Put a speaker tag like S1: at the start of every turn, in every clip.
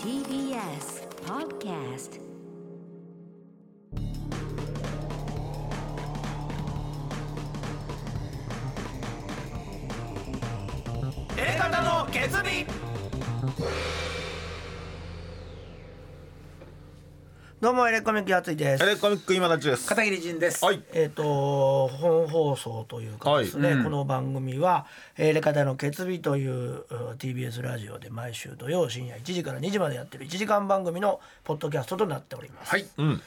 S1: TBS Podcast
S2: 方の決意どうもエレコミックやついです
S3: エレコミック今立ちです。
S4: 片桐仁です。
S3: はい。
S2: えっ、と本放送というかですね、
S4: はいうん
S2: この番組は「エレカタの決日」というう TBS ラジオで毎週土曜深夜1時から2時までやってる1時間番組のポッドキャストとなっております、
S4: はい。
S3: うん。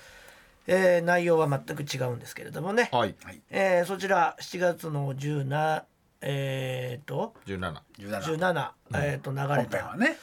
S2: えー内容は全く違うんですけれどもね、
S3: はい。
S2: えーそちら7月の17えっ、と
S3: 十七。
S4: 十七。
S2: 17、えー、と流れ
S4: 本編
S2: た
S4: は、ね。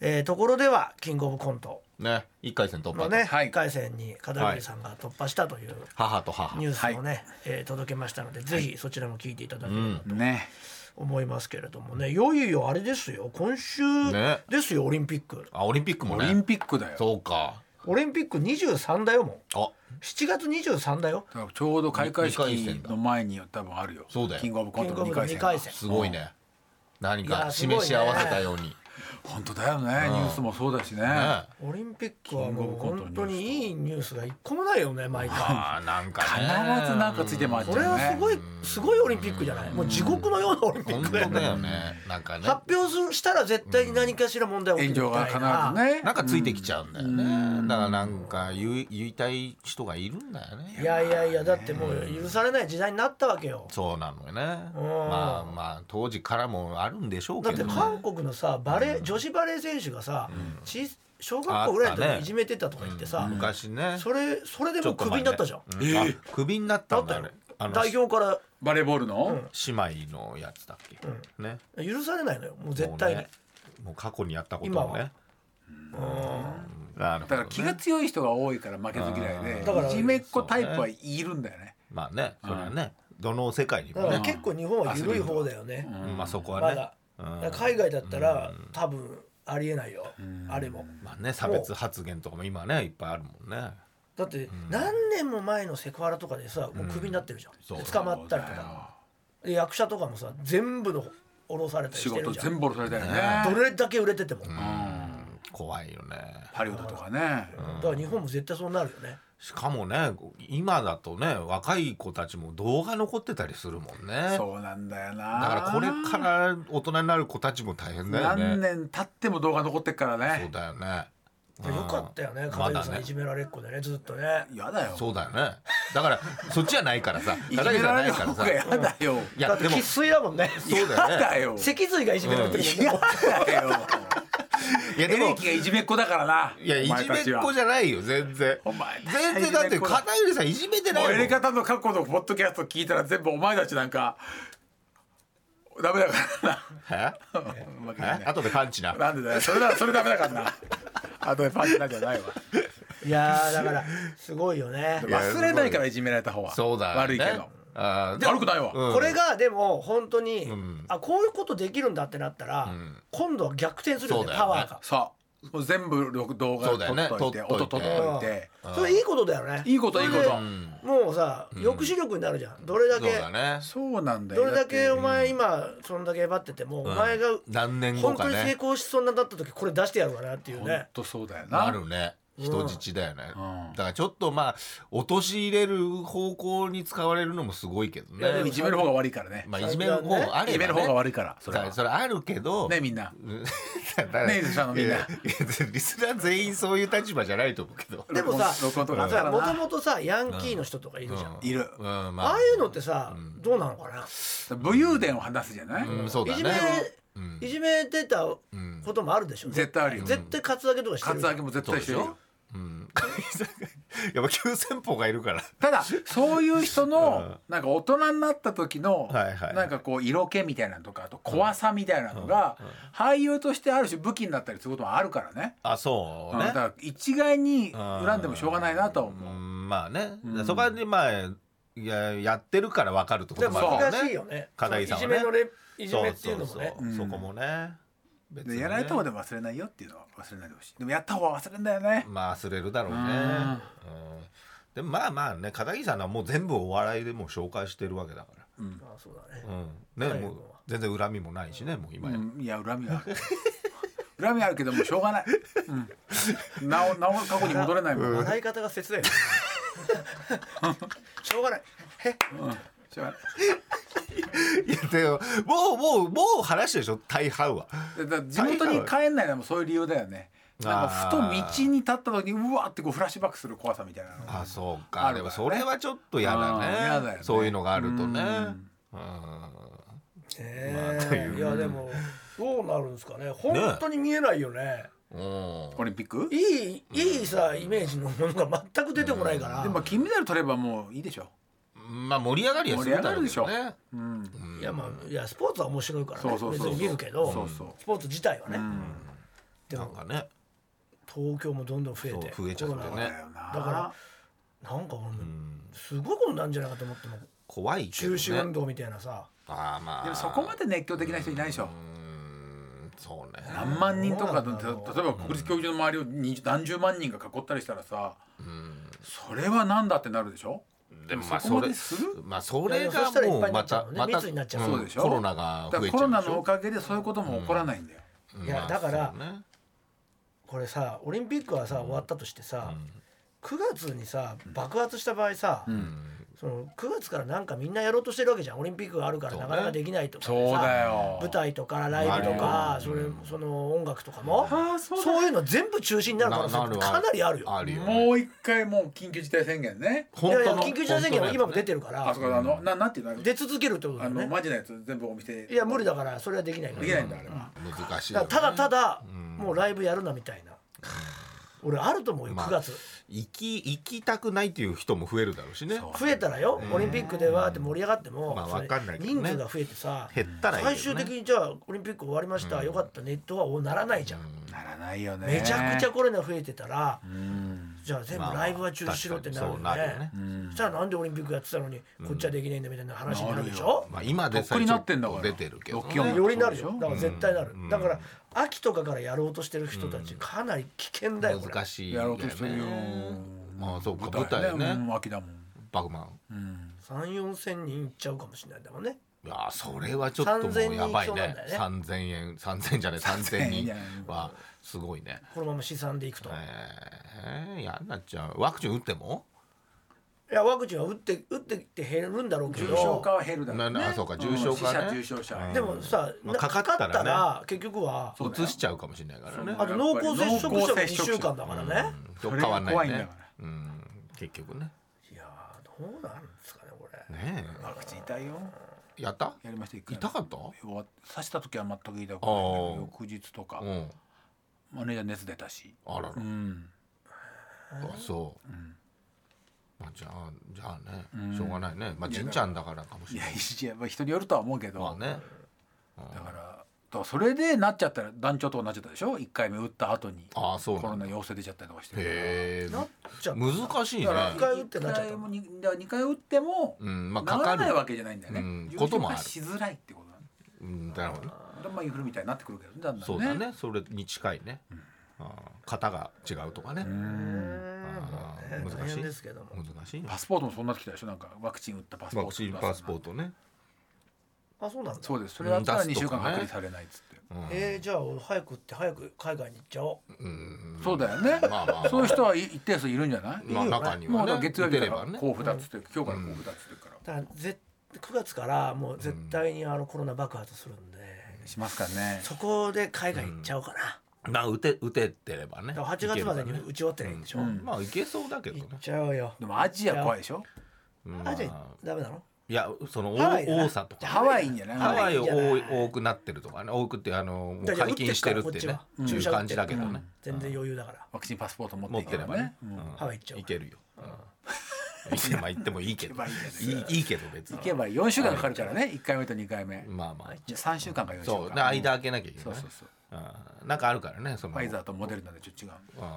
S2: えーところでは「キングオブコント」
S3: ね。一回戦突破
S2: の。ね、
S4: はい
S2: 1回戦に片桐さんが突破したという
S3: 母と母。
S2: ニュースをね、えー届けましたので、ぜひそちらも聞いていただければと
S4: ね。
S2: 思いますけれどもね、いよいよあれですよ、今週
S3: ね
S2: ですよ、オリンピック。
S3: あ、オリンピックも
S4: オ
S3: ね。
S4: リンピックだよ。
S3: そうか。
S2: オリンピック23だよ、もう。
S3: あ、
S2: 7月23だよ。
S4: だからちょうど開会式
S3: 二回戦だ
S4: の前に多分あるよ。
S3: そうだよ
S4: キングオブコントの
S2: キン
S4: 二
S2: グオ
S4: 回
S2: ブ
S4: 戦
S2: 二回戦
S4: が。
S3: すごいね。何
S2: い
S3: か
S2: やすごいね
S3: 示し合わせたように。
S4: 本当だよね。ニュースもそうだしね。
S3: ね。
S2: オリンピックは
S4: キングオ
S2: もう
S4: ブコントの
S2: 本
S4: ニュースと
S2: 当にいいニュースが一個もないよね、毎回。
S3: あー、なんか
S4: 必
S3: ね。
S4: ずなんかついて回っちゃうね。
S2: これはすごい、すごいオリンピックじゃないもう地獄のようなオリンピッ
S3: 本
S2: ク
S3: 当
S2: だよ
S3: だ
S2: ね。
S3: よね。なんかね。
S2: 発表するしたら絶対に何かしら問題起き
S4: 炎
S2: るみ
S4: 上
S2: た
S4: が
S2: い
S4: 必
S2: な。
S4: ずね。
S3: なんかついてきちゃうんだよね。だからなんか言い言いたい人がいるんだよね。
S2: いやいやいやだってもう許されない時代になったわけよ。
S3: そうなのよね。まあまあ当時からもあるんでしょう
S2: だ
S3: け
S2: っ
S3: ど
S2: て
S3: ね。
S2: 韓国のさバレー、女子バレー選手がさ、ち小学校ぐらいの時
S3: あった
S2: に
S3: ね
S2: いじめてたとか言ってさ、
S3: 昔ね。
S2: それそれで
S3: ち
S2: も
S3: ょ
S2: う
S3: っと
S2: クビ
S3: 前
S2: に
S3: ね
S2: なったじゃん。
S3: うあクビになった
S2: だ
S3: ん
S2: った
S3: だあ
S2: よ
S3: れ。あの
S2: 代表から
S4: バレーボールの。
S3: 姉妹のやつだっけ、ね
S2: 許されないのよもう絶対に。
S3: もう,、ね、もう過去にやったこと
S2: 今
S3: も
S2: は
S3: ねなるほ
S4: だ
S3: ど、
S4: か
S3: ね
S4: ら、気が強い人が多いから負けず嫌いで、
S2: だから
S4: いじめっ子タイプはいるんだよね。
S3: まあねそれはね、どの世界に
S2: だ
S3: も
S2: から
S3: ね、
S2: 結構日本は緩い方だよね。
S3: まあそこ
S2: ま
S3: はね、
S2: だだから海外だったら多分ありえないよあれも。
S3: まあね差別発言とかも今ねいっぱいあるもんね
S2: だって何年も前のセクハラとかでさもうクビになってるじゃん、
S3: そう
S2: 捕まったりとかで役者とかもさ全部の降ろされたり
S4: 仕
S2: して
S4: 事
S2: るじゃん
S4: 全部殺されたよね。
S2: どれだけ売れてても、だ
S3: 怖いよね
S4: ハリウッドとかね。
S2: から日本も絶対そうなるよね
S3: しかもね今だとね若い子たちも動画残ってたりするもんね
S4: そうなんだよな。
S3: だからこれから大人になる子たちも大変だよ
S4: 何
S3: ね
S4: 年経っても動画残ってっから
S3: そう
S4: ね。
S3: だよね
S2: だからよかったよね
S3: ま
S2: 片
S3: だ
S2: 桐さん、
S3: ね
S2: いじめられっ子でねずっとね
S4: やだよ。
S3: そうだよねだからそっちじゃないからさ
S4: いじ
S3: 高
S4: め
S3: いじ
S4: ら
S3: ゃな
S4: れ
S3: い
S4: る
S3: から
S4: 方
S3: さ
S4: がやだよ。
S3: い
S2: だ
S3: や
S2: って
S3: でも
S2: 生粋だもんね
S3: そうだよね
S4: やだよ。
S2: 脊髄がいじめられてるもんね、
S4: やだ よ。
S3: いや
S4: エ
S3: で
S4: レ
S3: も
S4: キがいじめっ子だからな。
S3: いやいじめっ子じ
S4: ゃ。
S3: ゃないよ全然
S4: お前
S3: 全然だって片桐さんいじめてない
S4: も
S3: も
S4: うんエレ方の過去のポッドキャスト聞いたら全部お前たちなんかダメだから
S3: え
S4: な。うまくない
S3: え
S4: ね
S3: 後でパンチな
S4: なんでだよ。それだそれダメだからな。あとでパンチなんじゃないわ。
S2: いやーだからすごいよね
S3: や
S4: 忘れないからいじめられた方は。
S3: そうだよね
S4: 悪いけど。
S3: あーで
S4: 悪くないわ。
S3: うん
S2: これがでも本当に、
S3: ん
S2: あこういうことできるんだってなったら、今度は逆転するよ
S3: そう
S2: ね
S3: だよね
S2: パワーが、
S4: そう。もう全部録動画撮
S3: そうだ
S4: っ
S3: よね
S4: といて、
S3: 撮っ
S4: 音
S3: と
S4: 撮
S3: いて
S4: っといて。
S2: それいいことだよね
S4: いいこといいこ
S2: そ
S4: と
S2: れ。もうさ抑止力になるじゃんどれだ
S3: そ
S2: け
S3: うだね
S4: そうなんだよ。
S2: どれだけ
S4: って
S2: お前今そんだけ威張っててもお前が
S3: 何年後
S2: 本
S3: か
S2: 当に成
S3: ね
S2: 功しそうになった時これ出してやるかなっていう
S4: ほん
S2: ね
S4: とそうだよな。
S3: あるね人質だよね
S4: うん
S3: だからちょっとまあ陥れる方向に使われるのもすごいけど
S2: いやで
S3: ね
S2: も
S4: いじめる方が悪いからね。
S3: まあいじめる方もあ
S4: い
S3: れ
S4: じめる
S3: ば
S4: 方が
S3: ね
S4: 悪いから。そ
S3: そ
S4: れ
S3: れ
S4: は
S3: それあるけど
S4: ねみんな。
S3: ね
S4: ねリスナーのみんな
S3: リスナー全員そういう立場じゃないと思うけど
S2: でもさ
S4: 録音とかあったから
S2: もと
S4: な。
S2: もとさヤンキーの人とかいるじゃん
S4: いる。
S3: うんま
S2: あ
S3: あ
S2: あいうのってさどうなのかな
S4: 武勇伝を話すじゃない。
S3: うんそう
S2: い
S3: だ
S2: じめ
S3: ね
S2: いじめてたこともあるでしょ
S4: 絶対あるよ
S2: 絶対カツアゲとかして
S4: カ
S2: る
S4: ツアゲも絶対してるよ。
S3: やっぱ急先鋒がいるから
S4: た だそういう人のなんか大人になった時の
S3: はいはい
S4: なんかこう色気みたいなのとかあと怖さみたいなのが俳優としてある種武器になったりすることもあるからね。
S3: あそう
S4: だ
S3: ね
S4: から一概に恨んでもしょうがないなとは
S3: う
S4: 思う。
S3: んまあねそこはねまあいややってるから分かるってこ
S2: で
S3: と
S2: も
S3: もある
S2: 難しい
S3: よ
S2: よ
S3: ね
S2: ね
S3: 片井
S2: い
S3: さん
S2: じ
S3: は
S2: め
S3: ね
S2: のレいじめっていうのも
S3: そう
S2: ね
S3: そうそうそこもね別
S4: で
S3: にね
S4: やられた方でも忘れないよっていうのは忘れないでほしい。でもやった方は忘れんだよね。
S3: まあ忘れるだろうねうんでもまあまあね片桐さんはもう全部お笑いでもう紹介してるわけだから
S2: まあそうだね
S3: うんね、もう全然恨みもないしね、もう今や、
S4: うんいや恨みはある 恨みあるけどもうしょうがない、うん、なおなお過去に戻れないもん、
S2: 笑い方が切ないしょうがないえ
S4: しょうがない
S3: いやでももうもうもう話したでしょ大半は
S4: だだ地元に帰んないのもそういう理由だよねなんかふと道に立った時にうわってこうフラッシュバックする怖さみたいなのが
S3: あそうか
S4: ある
S3: で
S4: からね
S3: もそれはちょっと嫌だね
S4: うん嫌だよね
S3: そういうのがあるとねうん
S2: え
S3: まあという
S2: いやでもどうなるんですかね本当に見えないよね
S3: うん
S4: オリンピック
S2: いいいいさイメージのものが全く出てこないから、
S4: でも金メダル取ればもういいでしょ、
S3: まあ盛り上がりはするだろうけど
S4: 盛り上
S3: ね
S4: うん、
S2: いやまあいやスポーツは面白いから、ね、
S4: そうそうそうそう
S2: 別に見るけど
S4: そうそう
S2: スポーツ自体はね、で
S3: なん
S2: も
S3: かね
S2: 東京もどんどん増えて
S3: そう増えちゃってね
S2: コ
S4: だ
S2: ロナが
S4: よな
S2: だからなんか俺もすごいことなんじゃないかと思っても
S3: 怖いけ
S2: 中
S3: ど
S2: 止運
S3: ね
S2: 動みたいなさ
S3: あーまあ
S4: でもそこまで熱狂的な人いないでしょ
S3: うんそうね
S4: 何万人とか
S2: どう
S4: の
S2: なんだろう
S4: 例えば国立競技場の周りを20何十万人が囲ったりしたらさそれはなんだってなるでしょ
S3: でもまあ
S4: そこ
S3: そ
S4: ま
S3: れ
S4: でする
S3: まあそれが
S2: いやいやそしたらい
S3: も
S2: っぱいうにな
S3: ま
S2: っちゃ
S3: た
S2: うね
S3: また
S2: 密になっちゃう
S4: そうでしょ
S3: コロナが
S4: だか
S3: 増
S4: ら
S3: えち
S4: コ
S3: ゃう
S4: ロナ
S3: でし
S4: のお
S3: ょ
S4: かげでそういうことも起こらないんだよ、
S2: いや
S3: まあ
S2: だから
S3: そうね
S2: これさオリンピックはさ終わったとしてさ、9月にさ爆発した場合さ、その9月からなんかみんなやろうとしてるわけじゃんオリンピックがあるから
S3: そう
S2: な
S3: ね
S2: かなかできないとかさ
S4: そうだよ
S2: 舞台とかライブとか
S3: ある
S2: そ
S3: よ
S2: れその音楽とかも
S4: あーそうだ
S2: そういうの全部中止になる可能
S3: なな
S2: 性
S3: る
S2: かなりあるよ。
S3: あるよね
S4: もう一回もう緊急事態宣言ね
S2: い
S3: 本
S2: やいや
S3: 当の
S2: 緊急事態宣言は今も出てるか
S4: あ
S2: ら
S4: そこあのななんていうの
S2: 出続けるってことだ
S4: あ
S2: よ
S4: の
S2: ね。
S4: マジなやつ全部お店
S2: いや無理だからそれはできない
S4: できないんだあれは、
S3: 難しいよ
S2: だ
S3: ね
S2: からただただもうライブやるなみたいな俺あると思うよ
S3: まあ
S2: 9月
S3: 行き行きたくないっていう人も増えるだろうしね
S4: そう
S2: 増えたらよオリンピックでわーって盛り上がっても
S3: まあ
S2: それ
S3: わかんないけどね
S2: 人数が増えてさ
S3: 減ったらいいけど
S2: 最
S3: ね
S2: 終的にじゃあオリンピック終わりましたよかったネットはおならないじゃん
S4: ならないよね
S2: めちゃくちゃ
S4: く
S2: コロナ増えてたら
S4: うん
S2: じゃあ全部ライブは中止しろってなるよ
S3: まあ確かにそうなる
S2: ね
S3: よね
S4: うん
S2: そしたらなんでオリンピックやってたのにこっちはできないんだみたいな話になるでしょ
S3: まあ今で
S4: とっ
S3: さ
S4: く
S3: え
S4: に
S3: ちょ
S4: なっ
S3: って
S4: んだか
S3: と
S4: ら
S3: 出てるけどね
S4: 64
S2: よりなる
S4: そう
S2: よ
S4: でしょ
S2: だから絶対なるだから秋とかからやろうとしてる人たちかなり危険だよこれ
S3: 難しい
S4: やろ
S3: よ
S4: うとしてるよ
S3: ねまあそうか
S4: 舞台ね
S3: 舞台ね
S4: うん秋だもん、
S3: バグマン
S4: うん、
S2: 34,000人いっちゃうかもしれないんだもんね
S3: いやーそれはちょっともうやばいね
S2: 3000人いそうな
S3: 3000円3000じゃない3000
S4: 3000
S3: 人
S4: じゃない
S3: はすごいね
S2: このまま試算でいくと、
S3: えー、やんなっちゃうワクチン打っても
S2: いやワクチンは打って打ってって減るんだろうけ
S4: 重症
S2: ど
S4: 化は減るだろうね
S3: ななそうか重症化ね
S4: うん死者重症者、
S2: でもさ、
S3: まあ
S2: な
S3: かかったらね
S2: から結局は
S4: そうだよ
S3: 移しちゃうかもしれないからね
S2: あと濃厚接触者も2週間だからね、
S3: と変わん
S4: それが
S3: ない
S4: 怖いんだ
S3: ね
S4: から
S3: うん結局ね
S2: いやーどうなんですかねこれ、
S3: ね
S4: ワクチン痛いよ
S3: えやった
S4: やりました痛
S3: 痛かった
S4: 刺した時は全く痛くない
S3: ああ
S4: けど翌日とか
S3: うん
S4: マネージャー熱出たし
S3: あらら
S4: うん
S3: あそう、まあじゃあじゃあね、しょうがないねまあじんちゃんだからかもし
S4: い
S3: れ
S4: や
S3: ない
S4: いやまあ人によるとは思うけど、
S3: まあね
S4: だからだからそれでなっちゃったら団長とかなっちゃったでしょ一回目打った後に
S3: ああそう
S4: コ
S3: な
S4: ロ
S3: んだ
S4: ナ陽性出ちゃったりとかしてる
S3: へえ
S2: なっちゃう
S3: 難しいね
S4: だから
S2: 一回打ってなっちゃった
S4: 一回もにだから二回打っても、
S3: うんまあ
S4: な
S3: からか
S4: ない
S3: る
S4: わけじゃないんだよね、
S3: うん
S4: 重症
S3: こともあ
S4: 化
S3: る
S4: しづらいってことなんだ
S3: うんだろうな
S4: だからまあインフルみたいになってくるけどねだんだんね
S3: そうだねそれに近いね、ああ型が違うとかね、ああ
S2: ね大
S3: 難しい
S2: 変ですけども
S3: 難しいね
S4: パスポートもそうなってきたでしょなんかワクチン打ったパスポート
S3: ワクチンパスポートね、
S2: あそうなんだ
S4: そうですそれだったら
S3: う
S4: 2
S3: ん出す
S4: 週
S3: とか
S4: 間
S3: ね
S4: 隔離されないっつって、
S3: うん
S2: えー、じゃあ俺早く打って早く海外に行っちゃおう
S3: うん
S4: そうだよね、
S3: まあまあ
S4: そういう人はい一定数いるんじゃない、
S3: まあ中に
S4: も
S3: は
S4: うだから
S3: ね
S4: 月曜
S3: 打
S4: 日
S3: て
S4: か
S3: れ
S4: ら
S3: ばね
S4: 交付だっつって、今日から交付だっつってるから、
S2: だからぜ9月からもう絶対にあのコロナ爆発するんで、
S4: しますからね
S2: そこで海外行っちゃおうかな、
S3: まあ打て打ててればね
S2: だから8月までに
S3: い
S2: 打
S3: けるか
S2: ち終わってないいんでしょ、
S3: らねうんまあいけそうだけどね
S2: 行っちゃおうよ
S4: でもアジア怖いでしょ
S3: うん
S2: あじゃあダメなの
S3: いやその
S2: ハワイだな
S3: 多多さとか
S4: ハワイいいんじゃない
S3: ハワイを
S2: ハワイいいんじゃない
S3: 多多くなってるとかね多くってあのも
S2: だ
S3: う
S2: から
S3: 解禁してるっ
S2: 打
S3: てね
S2: って
S3: い
S2: るから
S3: う
S2: こっちは
S3: 感じだけどね、
S2: 全然余裕だから
S4: ワクチンパスポート持
S3: 持
S4: っ
S3: って
S4: いけ
S3: てれ
S4: ば
S3: ばね
S4: ね、
S3: うん
S2: ハワイ行っちゃおう
S3: いけるよ、 うん、まあ行ってもいいけど
S4: 行けばいい
S3: いいいいけど別
S4: 行
S3: に
S4: けば4週間かかるからね1回目と2回目、
S3: まあまあ
S4: じゃあ3週間か4週間
S3: そうで間空けなきゃいけ
S4: そ
S3: な
S4: う
S3: い
S4: そうそう
S3: うんなんかあるからねその
S4: ファイザーとモデルナでちょっと違う
S3: うん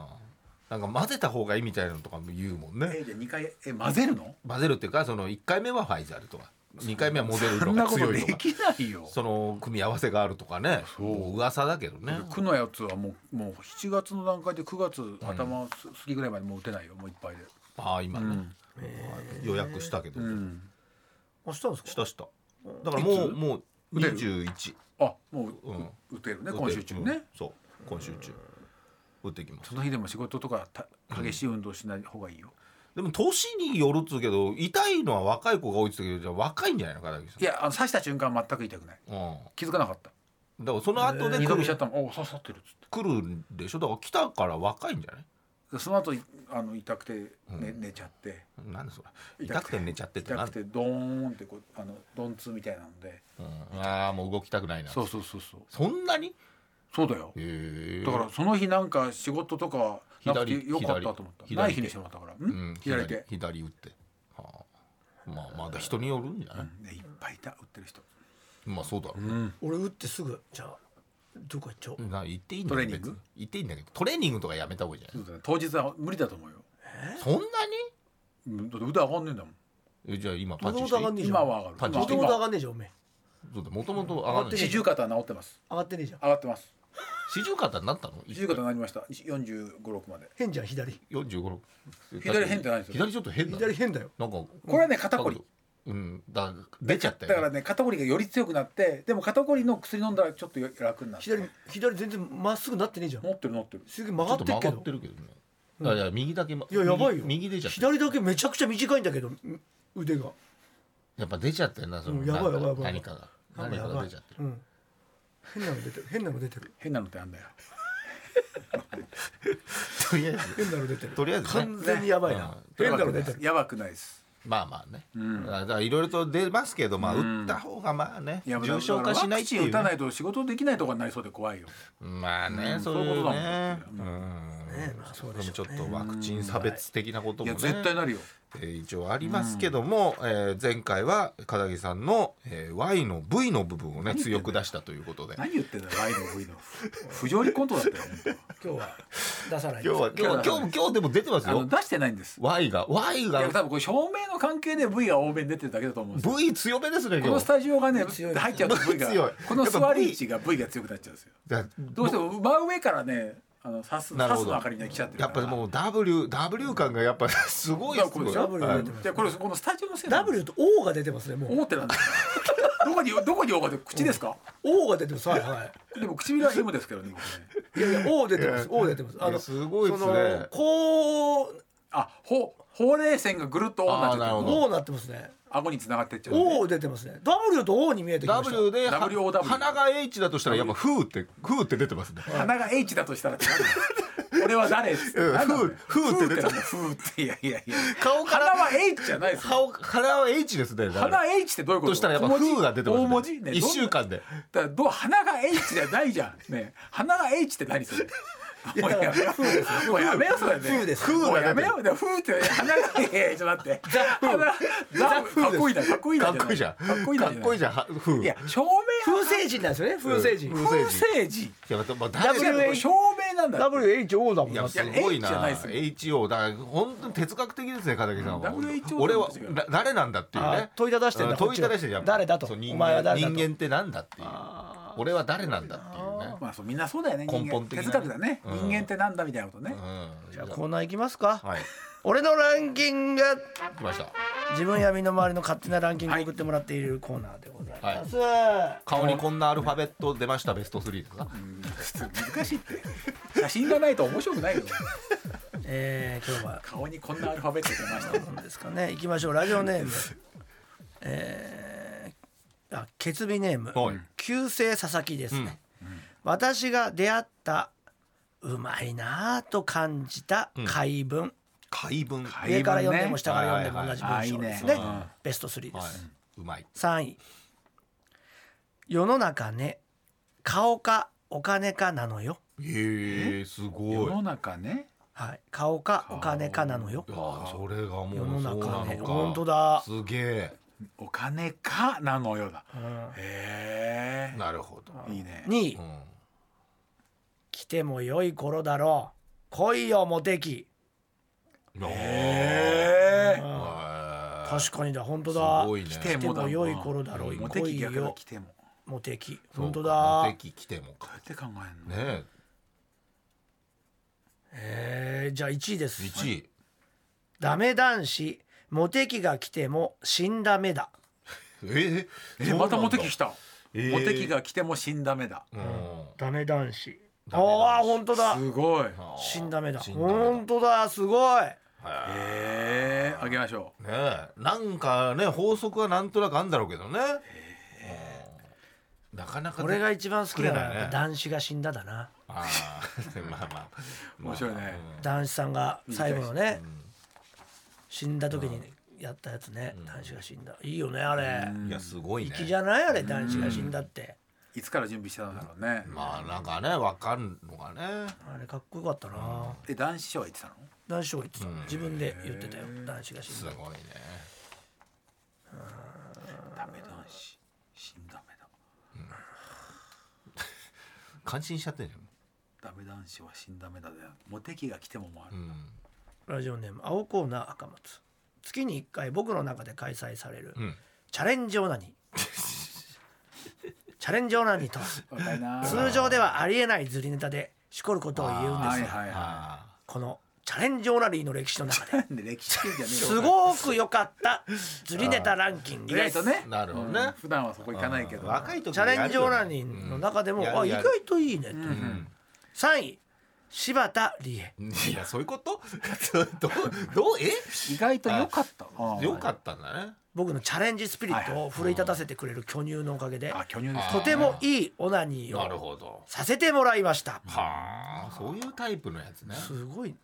S3: なんか混ぜた方がいいみたいなのとかも言うもんね
S4: えじゃあ2回え混ぜるの
S3: 混ぜるっていうかその1回目はファイザーとか2回目はモデル
S4: そ
S3: と
S4: んな
S3: か
S4: こと
S3: 強
S4: で
S3: いとか
S4: きないよ
S3: その組み合わせがあるとかねもう噂だけどね
S4: 区のやつはもうもう7月の段階で9月頭す過ぎぐらいまでもう打てないよもういっぱいで
S3: ああ今ね、予約したけど、
S2: あしたんですか
S3: したしただからも
S4: いう
S3: もう
S4: 打てる
S3: 21
S4: あもう
S3: うん
S4: う打てるね今週中ね
S3: そう今週中打ってきます
S4: その日でも仕事とかた激しい運動しない方がいいよ、
S3: でも年によるっつうけど痛いのは若い子が多いっつうけどじゃあ若いんじゃないの片桐さん
S4: いやあの刺した瞬間全く痛くない
S3: うん
S4: 気づかなかった
S3: だからその後で
S4: 二
S3: 来
S4: 度
S3: る,、
S4: 見しちゃったもんお刺さってるっつって
S3: 来るんでしょだから来たから若いんじゃない
S4: でその後いあの痛くて、ね寝ちゃって
S3: なんでそれ痛くて寝ちゃってって
S4: 痛
S3: なん
S4: くてドーンってこうあの鈍痛みたいなので
S3: うんああもう動きたくないな
S4: そうそうそうそう
S3: そんなに
S4: そうだよ
S3: へえ
S4: だからその日なんか仕事とかなくて
S3: 左
S4: よかったと思った
S3: 左
S4: ない日にしてもらったからう
S3: うん
S4: ん左手、
S3: 左打って、はあ、まあまだ人によるんじゃない、
S4: ね、いっぱいいた売ってる人
S3: まあそうだろうね、
S2: 俺打ってすぐじゃあどこ行っちゃおう
S3: な言っていいんだ
S4: トレー
S3: けど
S4: ニング
S3: 別に言っていいんだけどトレーニングとかやめた方がいいじゃ
S4: そうだね当日は無理だと思うよ
S3: ないそんなに
S4: うんだって腕上がんねえんだもん
S3: えじゃあ今パ
S2: も
S3: ン
S2: と
S3: チ
S2: も
S3: し
S2: と
S3: て
S2: 上
S3: いい
S2: がんねえじゃ
S4: 今は上
S3: パ
S4: が
S3: ン
S4: る今今
S2: もともと上がんねえ
S3: チ
S2: じゃんおめえ
S3: そうだもともと上が
S2: 上
S3: ん
S2: がって
S3: ない
S4: 四十肩は治ってます
S2: 上がってねえじゃん
S4: 上がってます
S3: 四十肩になったの
S4: 四十肩になりました四十五六まで
S2: 変じゃん左
S3: 四十五
S4: 左変じゃないですよ
S3: 左ちょっと変だ
S2: 左変だよ
S3: なんか
S4: これはね肩こり
S3: うんだ出ちゃった
S4: だ
S3: よ
S4: からね肩こりがより強くなってでも肩こりの薬飲んだらちょっと楽になって
S2: 左左全然まっすぐなってねえじゃん
S4: 持ってる持ってる
S2: すげえ曲
S3: ち
S2: が
S3: ょっ
S2: ってっ
S3: と
S2: け
S3: 曲が
S2: ど
S3: ってるけどね、あいや右だけま
S2: いややばいよ
S3: 右右出ちゃった
S2: 左だけめちゃくちゃ短いんだけどん腕が
S3: やっぱ出ちゃってんなその
S2: うんやばい
S3: なんか
S2: やばいやばい
S3: 何かが
S2: なんか
S3: 何
S2: や
S3: か
S2: ば
S3: が
S2: い
S3: 出ちゃってる
S2: うん変なの出てる変なの出てる
S4: 変なのってあんだよ
S3: とりあえず
S2: 変なの出てる
S3: とりあえずね
S2: 完全にやばい
S3: ね
S2: な
S3: うん
S2: 変なの出てる
S4: やばくないです
S3: まあまあね、だからいろいろと出ますけどまあ打った方がまあね、
S4: いや
S3: 重症化しないっていう、ね、
S4: ワクチン打たないと仕事できないとかになりそうで怖いよ
S3: まあね、
S4: うん
S3: そういう
S4: そういうことだもん
S3: ね
S4: ね
S3: うん
S2: ねまあそうでしょうね
S3: ちょっとワクチン差別的なこと
S4: い
S3: も
S4: や
S3: ね、
S4: 絶対なるよ
S3: えー一応ありますけども、えー前回は片桐さんの、えー Y の V の部分をね強く出したということで
S4: 何言ってんだよ Y の V の不条理コントだったよ 本
S2: 今日は出さない
S3: 今日は今日は今日も今日でも出てます
S4: 当あの
S3: よ
S4: 出してないんです
S3: Y が Y
S4: いや
S3: が
S4: 多分これ照明の関係で V が多めに出てるだけだと思うんですよ
S3: V 強めですね
S4: この
S3: 今
S4: ス
S3: 日
S4: タジオがね
S2: 強い
S4: 入っちゃうと V
S3: 強い
S4: がこの座り位置が V が強くなっちゃうんですよ
S3: だ
S4: どうしても真上からねあの刺す
S3: なる
S4: 刺す
S3: ほど
S4: の明かりが来ちゃってる
S3: やっぱりもう WW 感がやっぱ すごいです
S4: これ
S3: ね
S4: でしょ
S2: W 出てます
S4: でこれこのスタジオのせいなんです
S2: W と O が出てますねもう
S4: 大手なんですよ どこにどこに大手口ですか
S2: O が出てますはいは
S4: でも唇は M ですけどねこれね
S2: いいやいや O 出てま
S3: いや
S2: す O 出てます
S3: いやすごいですね
S2: そのこう
S4: あほほうれい線がぐるっと O になっち
S3: あーなる
S4: ゃ
S3: ほ
S4: っ
S3: ど
S4: て
S2: O なってますね
S4: 顎に繋がってっちゃうんで
S2: O 出てますね W と O に見えてきました
S3: W では
S4: WOW
S3: 鼻が H だとしたらやっぱ「フー」って「フー」って出てますね。
S4: 鼻が H だとしたらって何俺は誰っつって
S3: うん
S4: 何なのよ
S3: ふうふうって
S4: ふ
S3: 出ちゃ
S4: うっ
S3: っ
S4: てふうっていやいやいや
S3: 顔から
S4: 鼻は H じゃないですよ
S3: 顔鼻は H ですね。だから
S4: 鼻 H ってどういうこと
S3: としたらやっぱ「
S4: 小文字
S3: フー」が出てますね。
S4: 大文字ね
S3: 1週間で。
S4: だからどう鼻が H じゃないじゃんね鼻が H って何それもうやめよもうやめよそれね
S2: フーです
S4: もうやめ
S3: フ
S4: ようフーって鼻がいやいやちょっと待って鼻
S3: ザ
S4: ザ
S3: フー
S4: フ
S3: です
S4: ーかっこいいなかっこいいな
S3: かっこいいじゃん。
S4: かっこいいな
S3: かっこいいじゃん。はフー。
S4: いや照明
S2: 風星人なんですよね風星人
S3: うん
S4: 風星人
S3: いやまたまあ誰
S2: W
S3: が
S4: 違うこれ照明なんだ
S2: WHO だもん
S3: いや
S2: な
S3: すごい
S4: いや H じゃ
S3: な
S4: ないですよ
S3: HO だから本当に哲学的ですね片桐さんは
S4: WHO
S3: 俺は
S4: と違う
S3: な誰なんだっていうね
S2: あ問いただしてんだ
S3: う問いただしてんだ
S2: こっちは誰だと
S3: そう人間
S2: お前は誰だと
S3: 人間ってなんだっていう俺は誰なんだっていうね
S4: まあそうみんなそうだよね人間
S3: 根本的な
S4: 哲学だね、
S3: うん
S4: 人間ってなんだみたいなことね、
S3: うん
S2: じゃあコーナー行きますか、
S3: はい
S2: 俺のランキング
S3: 来ました
S2: 自分や身の回りの勝手なランキングを送ってもらっているコーナーでございます、
S3: 顔にこんなアルファベット出ましたベスト3とか
S4: 普通難しいって写真がないと面白くないよ
S2: えー、今日は
S4: 顔にこんなアルファベット出ました
S2: 何ですかね行きましょうラジオネームえー、あケツビネーム
S3: はい
S2: 旧姓佐々木ですね、私が出会ったうまいなぁと感じた怪文、
S3: 怪文
S4: 怪
S2: 上から
S4: 文ね
S2: 読んでも下から読んでも同じ
S4: はいはい
S2: 文章です
S4: あ
S2: ね
S4: いいねうん
S2: ベスト3で
S3: はい
S2: す、
S3: うまい
S2: 3位世の中ね顔かお金かなのよ
S3: へえす
S4: 世
S3: ごい
S4: の中ね
S2: はい顔かお金かなのよ
S3: いやーそれがもう
S2: 世の
S3: そうな
S2: 中
S3: の
S2: ね
S3: か
S2: 本当だ、
S3: すげえ
S4: お金かなのようだ
S2: うん
S4: へ
S3: なるほど
S4: えいいね
S2: 2位
S3: うん
S2: 来ても良い頃だろう来いよモテキ
S3: へ
S4: へえ
S3: 確
S2: 確かにだ本当だ
S3: すごいね
S4: 来
S2: 来
S4: て
S2: て
S4: も
S2: も
S4: だ
S2: 良い頃だろう
S4: モテ
S2: 来
S4: 期
S2: い
S4: 逆だ
S2: よ
S4: 来てもこ
S2: モテキ
S3: そう
S2: 本当
S3: か
S2: だ
S3: 無敵来ても
S4: う
S3: か
S4: やって考えんの、
S3: ね
S2: えーじゃあ1位です
S3: え1位
S2: ダメ男子モテキが来ても死んだ目だ
S3: え
S4: えまたモテ期来
S3: た
S4: た、
S3: えー
S4: モテ期が来ても死んだ目だ
S3: うん
S2: ダメ男子ああー本当だ
S4: すごい
S2: 新ダメだ
S3: 新ダメだ
S2: 本当だすごい
S4: えー、あげましょ
S3: ねえなんかね法則はなんとなくあんだろうけどね、うんなかなかね
S2: 俺が一番好きなのは
S3: 作れないね
S2: 男子が死んだだな
S3: あー まあまあ
S4: 面白いね
S2: 男子さんが最後のね死んだ時にやったやつね男子が死んだいいよねあれ
S3: うんいやすごいね
S2: 粋じゃないあれ男子が死んだって
S4: ういつから準備してたんだろうね、
S3: まあなんかねわかるのがね
S2: あれかっこよかったな
S4: え男子賞は言ってたの
S2: 男子が言ってた自分で言ってたよ男子が死ん
S3: す
S2: だ
S3: ごいね
S4: ダメ男子死んだ
S3: 感心しちゃってるじ
S4: ダメだダメ男子は死んだめだだよモテ期が来ても回
S3: ゃ
S4: る
S3: ん、うん
S2: ラジオネーム青コーナー赤松月に1回僕の中で開催される
S3: うん、
S2: チャレンジオナニ ーチャレンジオナニーとは
S4: 若いな
S2: 通常ではありえないずりネタでしこることを言うんで
S4: は
S2: す
S4: い
S2: よ
S4: はいは
S3: あ
S2: このチャレンジオナリーの歴史 の中で
S4: いで歴史系じゃねえよ
S2: すごく良かったずりネタランキング
S4: 意
S2: で
S4: 外
S2: す
S4: とね
S3: なるほどね
S4: うん普段はそこ行かないけ
S3: ー
S4: ど
S3: 若い時
S2: チャレンジオナニ
S3: に
S2: ーの中でも、
S3: やる
S2: あ意
S3: やる
S2: 外といいねと、
S4: うん
S2: 3位柴田理恵
S3: いやそういうこと どうどうえ
S4: 意外と良かった
S3: よか
S4: っ
S3: ったんだね
S2: 僕のチャレンジスピリットを奮い立たせてくれる巨乳のおかげで
S4: あ巨乳です
S2: とてもいいオナニ
S3: な
S2: ー
S3: る
S2: を
S3: ほど
S2: させてもらいました
S3: はあそういうタイプのやつね
S2: すごい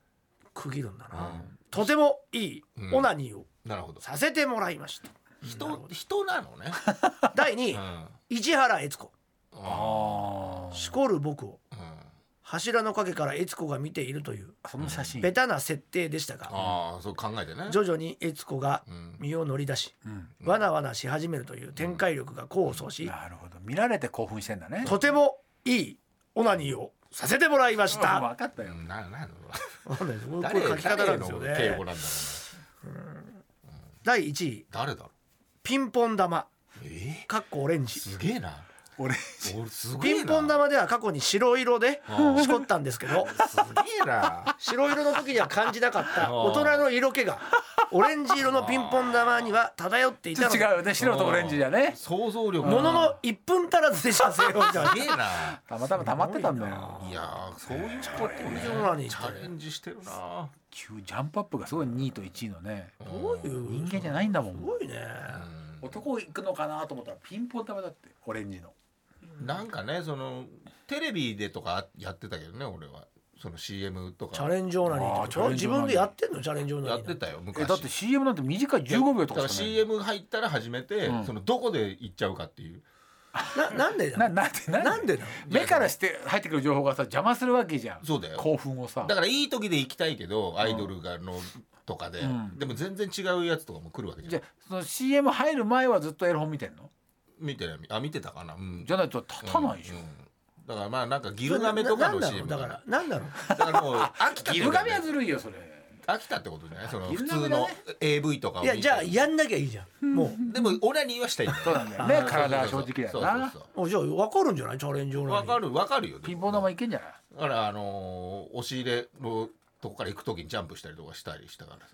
S2: 区切るんだな、
S3: うん
S2: とてもいいオナニーを
S3: なるほど
S2: させてもらいました、
S3: 人人なのね
S2: 第2位、
S3: うん
S2: 市原悦子
S4: あ
S2: しこる僕を
S3: うん
S2: 柱の陰から悦子が見ているという
S4: あその写真
S2: ベタな設定でしたが
S3: ああそう考えてね
S2: 徐々に悦子が
S3: うん
S2: 身を乗り出し、
S4: うん
S2: わなわなし始めるという展開力が功を奏し、
S4: なるほど見られて興奮してんだね
S2: とてもいいオナニーをさせてもらいまし
S4: うん
S2: た。
S4: 分かったよ
S3: ななの
S2: わかんないですこれこ
S3: 誰
S2: れ書き方なん
S3: 誰
S2: ですよ
S3: の敬
S2: ね
S3: 語。なんだろうね
S2: 第1位
S3: 誰だろう
S2: ピンポン玉
S3: え
S2: かっこオレンジ。
S3: すげ えな
S4: 俺
S3: 俺すごい
S2: ピ
S3: な
S2: ンポン玉では過去に白色で
S3: うん
S2: しこったんですけ ど
S3: すげえな
S2: 白色の時には感じなかった
S3: うん
S2: 大人の色気がオレンジ色のピンポン玉には漂ってい
S4: ちょ
S2: た
S4: っと
S2: ので
S4: 違うね白とオレンジじゃね
S3: 想像力
S2: ものの1分足らずで射精をした
S3: すげえな
S4: たまたま溜まってたんだよ
S3: いやーそういうことね
S2: そうなのに
S3: チャレンジしてるな
S4: 急ジャンプアップがすごい2位と1位のね
S2: どういう
S4: 人間じゃないんだも
S2: す
S4: ん
S2: ごいね
S4: 男行くのかなと思ったらピンポン玉だってオレンジの
S3: なんかねそのテレビでとかやってたけどね俺はその CM とか
S2: チャレンジオナニーってこと
S4: あーチャ
S2: 自
S4: レンジオナニー
S2: 分でやってんのチャレンジオナニー
S3: や
S2: な
S3: っ
S2: んて
S3: てたよ昔
S4: えだって CM なんて短い15秒とか
S3: だから
S4: しかない
S3: CM 入ったら始めて、
S4: うん
S3: そのどこで行っちゃうかっていう
S2: ななんで
S4: な
S2: だ
S4: なんで
S2: なんでなの
S4: 目からして入ってくる情報がさ邪魔するわけじゃん
S3: そうだよ
S4: 興奮をさ
S3: だからいい時で行きたいけどアイドルがのとかで、
S4: うん
S3: でも全然違うやつとかも来るわけじ
S4: じ
S3: ゃ
S4: ゃ
S3: ん
S4: あその CM 入る前はずっとエロ本見てんの
S3: 見てないあ見てたかな、うん
S4: じゃないと立たないでしょ、
S3: うんだからまあなんかギルガメとかの
S2: ななんだろ
S3: CM
S2: うだからなんだろう
S3: だからもう飽きたって
S4: ギ
S3: こ
S4: ル
S3: とだ
S4: ガ
S3: よね
S4: メはずるいよそれ
S3: 飽きたってことじゃないその
S4: ギ
S3: 普
S4: ルガメ
S3: 通
S4: だね
S3: の AV とかを
S2: い
S3: 見て
S2: やじゃあやんなきゃいいじゃんも う
S3: でもオナニーはしたいんだよ
S4: そうなんだよね
S3: あー
S4: 体は正直だよな
S3: そうそうそう
S2: おじゃあ分かるんじゃないチャレンジオ
S3: そう
S2: ナ
S3: わ
S2: ニ
S3: か
S2: ー
S3: るわかるよ
S4: ピンポン玉いけんじゃない
S3: だからあのー押し入れのとこから行く時にジャンプしたりとかしたりしたからさ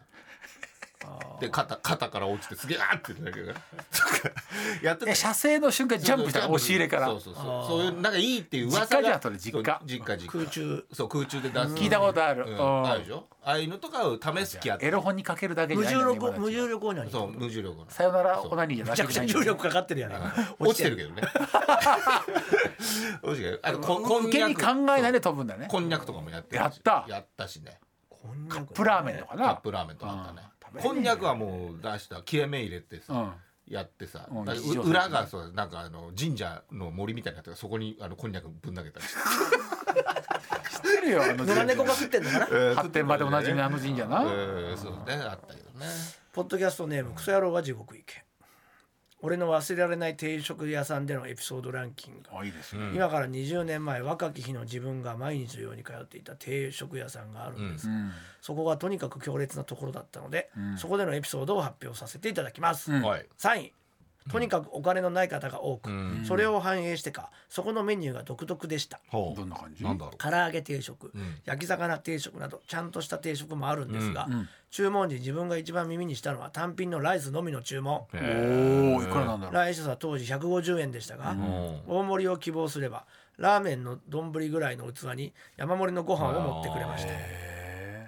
S3: で肩肩から落ちてすげえあーってなるからとか やって
S4: え射精の瞬間ジャンプしたから
S3: そう
S4: 押し入れから
S3: そうそうそうそういうなんかいいっていう
S4: 実家
S3: 噂が
S4: じゃんそれ実家
S3: そう実家実家
S2: 空中
S3: そう空中で出す
S4: 聞いたことある
S3: う
S4: うん
S3: んあるでしょああいうのとかを試す気あって
S4: エロ本にかけるだけじゃ
S2: 無
S4: ない
S2: 重
S4: んだね今
S2: 力
S4: たち
S2: 無重力オナニー
S3: そう無重力の
S4: さよならオナニーじゃな
S2: め
S4: く
S2: ち
S4: て
S2: ゃくちゃ重力かかってるやん
S3: 落ちてるけど ね落ちてるあとここん
S4: 受け
S3: にゃ
S4: に
S3: く
S4: 考えないで飛ぶんだね
S3: こんにゃくとかもやってるし
S4: やった
S3: やったしね
S2: こんにゃく
S4: プラーメンとか
S3: カッ
S4: な
S3: プラーメンとかあったね
S4: うん
S3: こんにゃくはもう出した切れ目入れて
S4: う
S3: さ
S4: ん
S3: やってさ
S4: うん
S3: だから
S4: 日常
S3: う
S4: 生活
S3: 裏がそうなんかあの神社の森みたいなやつがそこにあのこんにゃくぶん投げたりして
S4: 知ってるよあの
S2: 野良猫が食ってんのかな
S4: 発展場でおなじみのあの神社
S3: え
S4: な
S3: ーそうねあったけどね
S2: ポッドキャストネームクソ野郎は地獄行け俺の忘れられない定食屋さんでのエピソードランキング
S4: あいいです
S3: う
S4: ね
S3: ん
S2: 今から20年前若き日の自分が毎日のように通っていた定食屋さんがあるんです、
S4: うん
S2: そこがとにかく強烈なところだったので、
S4: ん
S2: そこでのエピソードを発表させていただきます、
S4: うん
S3: はい
S2: 3位とにかくお金のない方が多く、
S3: うん
S2: それを反映してかそこのメニューが独特でした
S3: ほ
S4: どんな感じ
S3: なんだろ
S2: 唐揚げ定食、
S3: ん
S2: 焼き魚定食などちゃんとした定食もあるんですが、
S4: んうん
S2: 注文時自分が一番耳にしたのは単品のライスのみの注文
S3: う
S4: おおいくらなんだろう
S2: ライスは当時150円でしたが、
S3: うん
S2: 大盛りを希望すればラーメンの丼ぐらいの器に山盛りのご飯を持ってくれました
S4: へ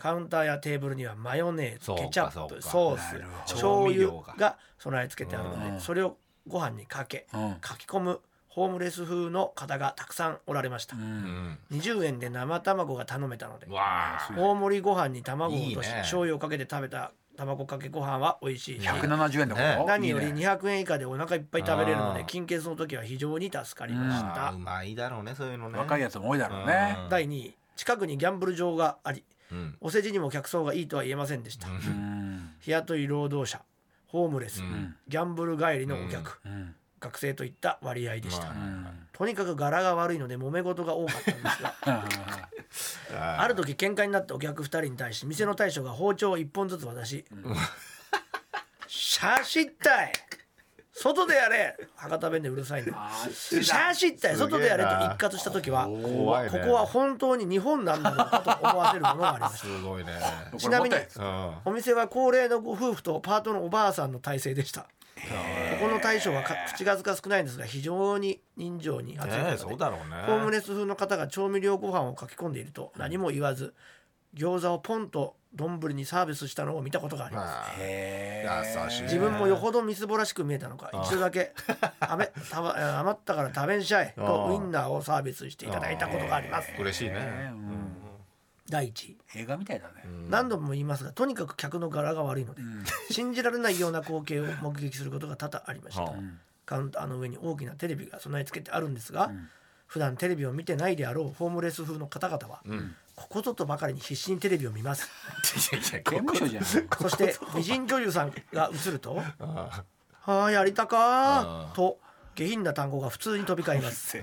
S2: カウンターやテーブルにはマヨネー
S3: そう
S2: ズ
S3: か
S2: ケチャッ
S3: そう
S2: プ
S3: か
S2: ソー
S4: なるほど
S2: ス
S3: 調
S2: 醤
S3: 味
S2: 油
S3: 料が
S2: が備え付けてあるの
S4: うん
S2: でそれをご飯にかけ
S4: えうん
S2: かき込むホームレス風の方がたくさんおられました
S4: うん
S2: 20円で生卵が頼めたので
S3: うんわあ
S2: 大盛りご飯に卵を落
S3: いい
S2: とし
S3: ね
S2: 醤油をかけて食べた卵かけご飯は美味しいし
S4: 170円だから、
S3: ね
S2: 何より
S4: いいね
S2: 200円以下でお腹いっぱい食べれるの
S3: あ
S2: で
S3: ー
S2: 金欠の時は非常に助かりまし
S3: あ
S2: た
S3: うまいだろうねそういうのね
S4: 若いやつも多いだろうね
S3: うん
S2: 第2位近くにギャンブル場があり
S3: うん
S2: お世辞にも客層がいいとは言えませんでした
S4: うん
S2: 日雇い労働者ホームレス、
S3: うん
S2: ギャンブル帰りのお客、
S4: うん
S2: 学生といった割合でした、
S3: ま
S4: う
S3: あ
S4: ん
S2: とにかく柄が悪いので揉め事が多かったん ですがある時喧嘩になったお客2人に対し店の大将が包丁を1本ずつ渡し「写真ったい外でやれ!」博多弁でうるさいんだ
S4: あ
S2: 「写真ったい
S3: すげえな
S2: 外でやれ!」と一括した時は、
S3: 怖い
S2: こ
S3: ね
S2: こは本当に日本なんだろうかと思わせるものがありま した
S3: すごいね
S2: ちなみに
S3: うん
S2: お店は高齢のご夫婦とパートのおばあさんの体制でしたここの大将はか口数が少ないんですが非常に人情に熱い
S3: ねえ
S2: 方
S3: そ
S2: で
S3: うだろうね
S2: ホームレス風の方が調味料ご飯を書き込んでいると何も言わず餃子をポンと丼にサービスしたのを見たことがあります
S3: まあ
S4: へ
S3: 優しいね
S2: 自分もよほどみすぼらしく見えたのか一度だ け「あめたわえー余ったから食べんしゃい」
S3: あ
S2: と
S3: あ
S2: ウインナーをサービスしていただいたことがあります
S3: 嬉しい
S4: え
S3: ね
S4: うん
S2: 第一位
S4: 映画みたいだね、
S2: 何度も言いますがとにかく客の柄が悪いので
S4: ん
S2: 信じられないような光景を目撃することが多々ありました
S3: はあ
S2: カウンターの上に大きなテレビが備え付けてあるんですが、
S4: ん
S2: 普段テレビを見てないであろうホームレス風の方々は、ここぞとばかりに必死にテレビを見 ます
S4: 刑務所じゃん
S2: そして美人女優さんが映る と「
S3: あ
S2: ああやりたか
S3: あ
S2: ー」と下品な単語が普通に飛び交い ます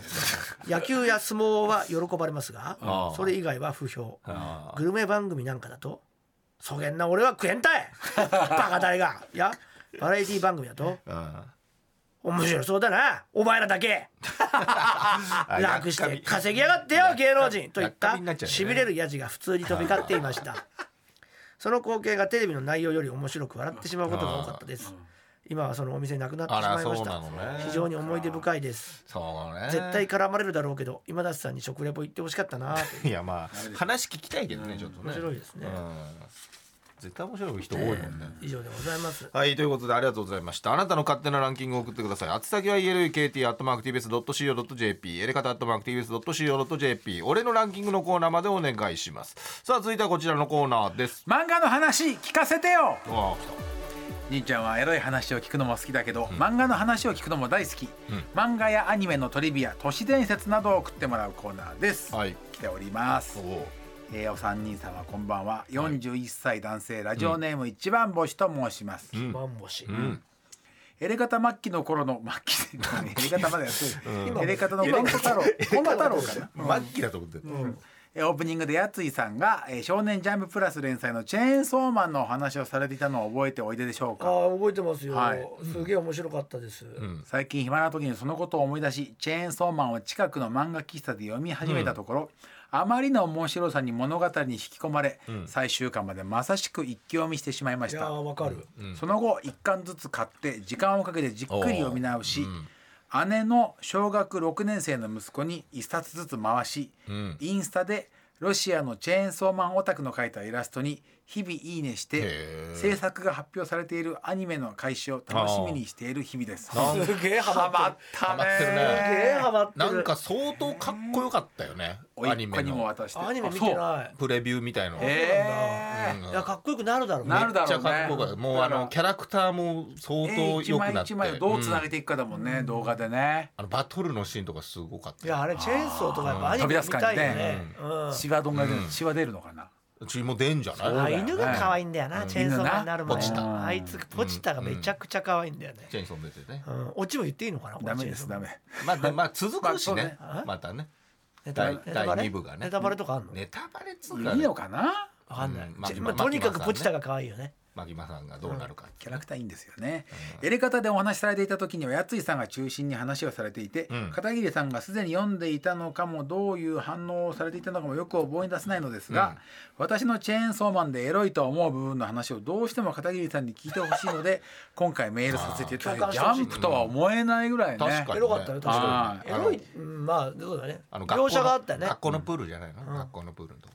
S2: 野球や相撲は喜ばれますが
S3: あ
S2: それ以外は不評
S3: あ
S2: グルメ番組なんかだと「そげんな俺は食えんた いバカ誰が!」やバラエティ番組だと
S3: あ
S2: 「面白そうだなお前らだけ!」
S3: あ
S2: 楽して稼ぎやがってよ芸能人といっ
S3: やったかみになっちゃうね
S2: しびれるやじが普通に飛び交っていました その光景がテレビの内容より面白く笑ってしまうことが多かったです今はそのお店なくなってしまいまし
S3: あらそうなの
S2: た
S3: ね
S2: 非常に思い出深いです
S3: そうね
S2: 絶対絡まれるだろうけど今田さんに食レポ行ってほしかったなと
S3: いやまあ話聞きたいけどねちょっとね
S2: 面白いですね
S3: うん絶対面白い人多いもんね
S2: 以上でございます
S3: はい、ということでありがとうございました。あなたの勝手なランキングを送ってください。あつ先は elkt.tbs.co.jp、エレカタ .tbs.co.jp、俺のランキングのコーナーまでお願いします。さあ、続いてはこちらのコーナーです。
S4: 漫画の話聞かせてよ
S3: あ
S4: 兄ちゃんはエロい話を聞くのも好きだけど、漫画の話を聞くのも大好き、漫画やアニメのトリビア都市伝説などを送ってもらうコーナーです、
S3: はい
S4: 来ております
S3: おう
S4: えーお三人様こんばんは41歳男性、ラジオネーム一番星と申します、
S2: マンボシ
S4: エレガタ末期の頃の末期エレガタまでやってる、エレガタの
S2: 今
S4: コンボ太郎コンボ太郎かな
S3: マッキーだと思ってる。
S4: えーオープニングでやついさんが、えー少年ジャンププラス」連載の「チェーンソーマン」のお話をされていたのを覚えておいででしょう
S2: あ
S4: か
S2: ー覚えてますよ
S4: はい
S2: すげえ面白かったです
S4: 最近暇な時にそのことを思い出し「チェーンソーマン」を近くの漫画喫茶で読み始めたところ、あまりの面白さに物語に引き込まれ、最終巻までまさしく一気読みしてしまいま
S2: い
S4: し
S2: やー
S4: た
S2: わかる
S4: その後一巻ずつ買って時間をかけてじっくり読み直し、姉の小学6年生の息子に一冊ずつ回し、インスタでロシアのチェーンソーマンオタクの描いたイラストに日々いいねし
S3: へ
S4: て
S3: ー
S4: 制作が発表されているアニメの開始を楽しみにしている日々です。
S2: すげえハマってる
S4: ハマっ
S3: ハマってる
S2: す
S3: ね
S2: げえハマってる
S3: なんか相当かっこよかったよね。
S4: お
S3: ア
S4: い
S3: ニ
S4: っ子
S3: メ
S4: にも
S3: の
S4: 渡して
S2: アニメ見て
S4: あ
S2: ない
S3: プレビューみたいの。
S4: そう
S3: めっ
S4: へー
S2: いやかっこよくなるだろうね
S4: なるだろう
S3: ち
S4: ね
S3: ゃかっこよかった。もうあのキャラクターも相当
S4: 一
S3: 良く
S4: 枚
S3: なっ
S4: 一
S3: て。
S4: 枚をどうつな
S3: うん
S4: げていくかだもんね、動画でね
S3: あのバトルのシーンとかすごかっ
S2: い
S3: たよ。
S2: やあれチェーンソーとかやっぱアニメ見たいよね。うん
S4: 血はどんぐらい出る、血は出るのかな
S3: 血も出んじゃない
S4: そ。う
S2: あ
S4: だよね
S2: 犬が可愛いんだよな、チェーンソーマンになるまで
S4: 犬なポチタ
S2: あいつポチタがめちゃくちゃ可愛いんだよね、
S3: チェーンソー出てね。
S2: うん、オチも言っていいのかなこれ
S4: ダメです
S2: チェー
S4: ダ
S2: ンソー
S4: メ
S3: まあ、でまあ、続くしね
S4: ま、
S3: またね。
S2: ネタバ
S3: 第
S2: レネタバレ
S3: 第二部がね。
S2: ネタバレとかあんの、
S3: ネタバレっつうか
S4: いいのかな
S2: わかんない、
S3: うんまあ
S2: ちまあ
S3: まあ
S2: とにかく
S3: まあ
S2: ポチタが可愛いよね、
S3: 牧間さんがどうなるか、
S4: キャラクターいいんですよね、やり方でお話しされていた時にはやついさんが中心に話をされていて、
S3: うん
S4: 片桐さんがすでに読んでいたのかもどういう反応をされていたのかもよく覚え出せないのですが、私のチェーンソーマンでエロいと思う部分の話をどうしても片桐さんに聞いてほしいので今回メールさせていただい
S2: あー
S4: てジャンプとは思えないぐらいね。
S3: 確か
S2: エ
S3: に
S2: ロかったよ確
S4: あ
S2: かにエ
S3: ー
S2: ロいうんまあそうだね
S3: あの学校
S2: 描
S3: の
S2: 写があったよね
S3: 学校のプールじゃないの、学校のプールのとこ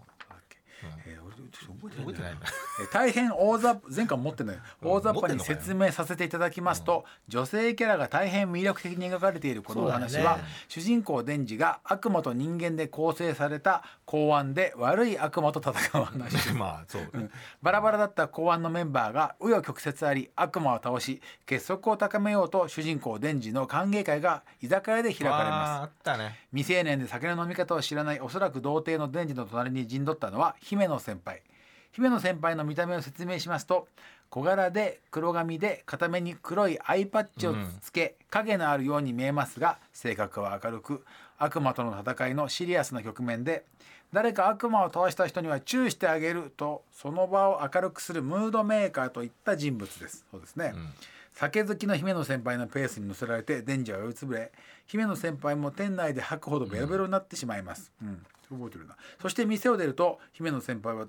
S4: えー俺ちょっと覚えてない
S3: ろ覚えてないの
S4: えー大変大雑把前回持ってない
S3: うん
S4: 大雑把に説明させていただきますと、女性キャラが大変魅力的に描かれているこのお話
S2: そうだ
S4: は、
S2: よね
S4: 主人公デンジが悪魔と人間で構成された公安で悪い悪魔と戦う話
S3: まあそうね、
S4: バラバラだった公安のメンバーが紆余曲折あり悪魔を倒し結束を高めようと主人公デンジの歓迎会が居酒屋で開かれます
S3: あーあったね
S4: 未成年で酒の飲み方を知らないおそらく童貞のデンジの隣に陣取ったのは姫野先輩姫野先輩の見た目を説明しますと小柄で黒髪で片目に黒いアイパッチをつけ、影のあるように見えますが性格は明るく悪魔との戦いのシリアスな局面で誰か悪魔を倒した人にはチューしてあげるとその場を明るくするムードメーカーといった人物ですそうですね、酒好きの姫野先輩のペースに乗せられてデンジは酔いつぶれ姫野先輩も店内で吐くほどベロベロになってしまいます、うん覚えてるなそして店を出ると姫野先輩は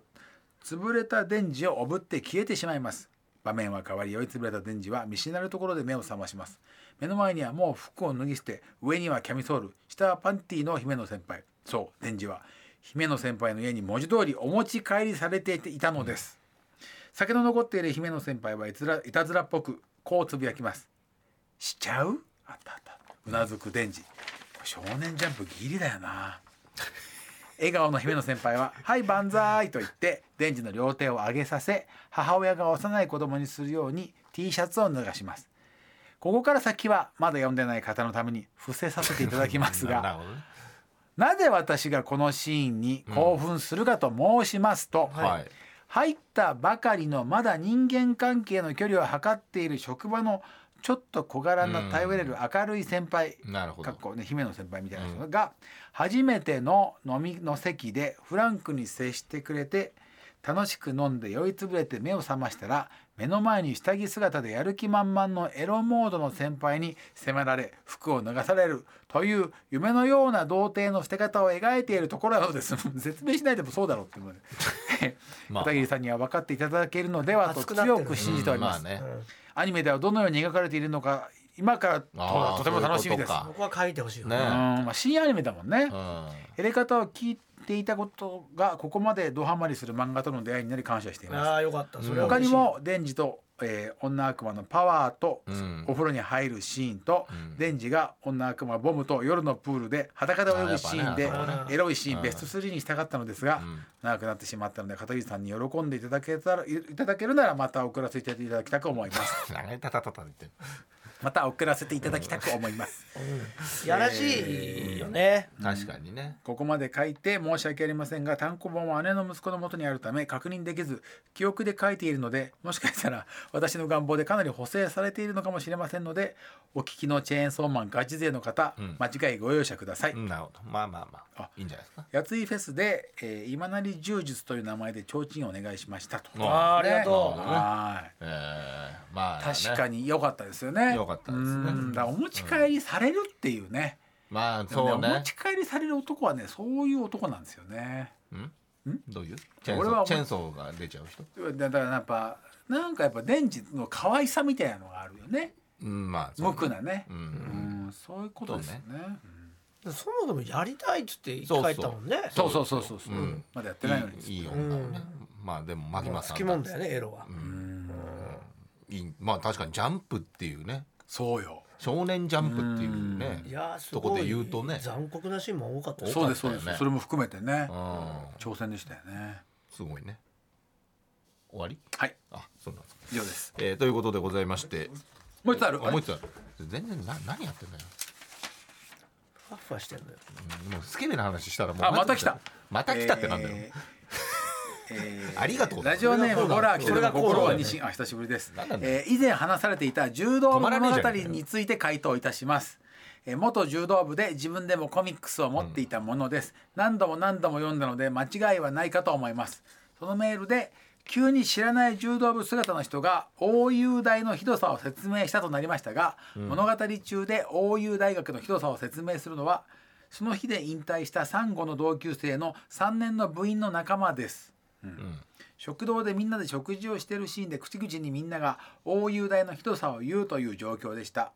S4: 潰れたデンジをおぶって消えてしまいます場面は変わり酔いつぶれたデンジは見知らぬところで目を覚まします目の前にはもう服を脱ぎ捨て上にはキャミソール下はパンティの姫野先輩そうデンジは姫野先輩の家に文字通りお持ち帰りされていたのです、酒の残っている姫野先輩はいつらいたずらっぽくこうつぶやきます「しちゃう?」あったあったうなずくデンジこれ少年ジャンプギリだよな笑顔の姫野先輩は「はい万歳」と言ってデンジの両手を上げさせ母親が幼い子供にするように T シャツを脱がしますここから先はまだ読んでない方のために伏せさせていただきます
S3: なる
S4: が
S3: ほどね
S4: なぜ私がこのシーンに興奮するかと申しますと、
S3: はい、
S4: 入ったばかりのまだ人間関係の距離を測っている職場のちょっと小柄な頼れる明るい先輩
S3: なるほ
S4: かっ
S3: ど
S4: こね姫野先輩みたいな人が初めての飲みの席でフランクに接してくれて楽しく飲んで酔いつぶれて目を覚ましたら目の前に下着姿でやる気満々のエロモードの先輩に迫られ服を脱がされるという夢のような童貞の捨て方を描いているところなのです説明しないでもそうだろうって思う
S3: まあ
S4: 片桐さんには分かっていただけるのではと
S2: 熱くなってる
S4: 強く信じております、
S3: うんまあね、
S4: アニメではどのように描かれているのか今から
S3: あー
S4: ととても楽しみです
S3: そういうこ
S2: ここは書いてほしいよね
S3: ね
S4: うんまあ、深夜アニメだもんね
S3: と。か
S4: やり方を聞いていたことがここまでドハマりする漫画との出会いになり感謝しています。
S2: ああよかったそれは
S4: 他
S2: 嬉
S4: に
S2: しい
S4: もデンジと、えー女悪魔のパワーと、
S3: うん
S4: お風呂に入るシーンと、デンジが女悪魔ボムと夜のプールで裸で泳ぐシーン
S3: あ
S4: で
S3: やっぱ
S2: ねそうね
S4: エロいシーンベスト3にしたかったのですが、
S3: ん
S4: 長くなってしまったので片桐さんに喜んでいただけたらいただけるならまた送らせていただきたく思います。
S3: うん長いタタタタって言って
S4: また送らせていただきたく思います。
S2: やらしいよね
S3: る確かにね、
S4: ここまで書いて申し訳ありませんが単行本は姉の息子の元にあるため確認できず記憶で書いているのでもしかしたら私の願望でかなり補正されているのかもしれませんのでお聞きのチェーンソーマンガチ勢の方、
S3: ん
S4: 間違いご容赦ください。
S3: うんなるほどまあまあまあ
S4: あ
S3: いいんじゃないですか
S4: やついフェスで、えー今なり柔術という名前で提灯をお願いしましたと。
S2: あー
S3: あ
S2: ありがとう
S4: はい
S3: えー、まあ、ね、
S4: 確かに良かったですよね。
S3: 良かったですね
S4: うんだからお持ち帰りされるっていうね。
S3: まあそう
S4: でもお
S3: ね
S4: 持ち帰りされる男はね、そういう男なんですよね。
S3: どういうチェーン
S4: 俺
S3: ソ
S4: は
S3: ーチェーンソーが出ちゃう人
S4: だからやっぱなんかやっぱ電池の可愛さみたいなのがあるよね
S3: うんまあそう
S4: 無垢なね、
S3: うん
S4: うんそういうことですよね
S2: そもそもやりたいっつって一回言ったもんね
S4: そうそうそうそうそう、
S3: うん
S4: まだやってないのに
S3: いいいい女をね、まあでも牧
S2: ま
S3: 間
S2: あ
S3: さ
S2: 好
S3: ん
S2: きもんだよねエロはい
S3: いまあ確かにジャンプっていうね
S4: そうよ
S3: 少年ジャンプっていうね
S2: いやーす
S3: とこ
S2: ご
S3: で
S2: い
S3: 言うとね
S2: 残酷なシーンも多かった
S4: そう
S3: か
S4: で
S3: ったよね
S4: すそうですそれも含めてね
S3: うん
S4: 挑戦でしたよね
S3: すごいね終わり
S4: はい
S3: あそうなんですか、
S4: 以上です
S3: えーということでございまして
S4: もう一つある
S3: あもう一つある全然な何やってんだよ、
S2: ふわふわしてんのよ
S3: うんもうスケベな話したらもう
S4: あまた来た
S3: また来たってなんだよ、
S4: えーえー
S3: ありがとう
S4: ラジオネームホラー来てるの
S2: これがコー
S4: 心
S2: ラ
S4: は
S2: だね
S4: 西あ久しぶりです
S3: 何なんだ
S4: え
S3: よ
S4: ー以前話されていた柔道部物語について回答いたしますえー元柔道部で自分でもコミックスを持っていたものです、何度も何度も読んだので間違いはないかと思いますそのメールで急に知らない柔道部姿の人が応友大のひどさを説明したとなりましたが、物語中で応友大学のひどさを説明するのはその日で引退した産後の同級生の3年の部員の仲間です。食堂でみんなで食事をしているシーンで口々にみんなが大雄大のひどさを言うという状況でした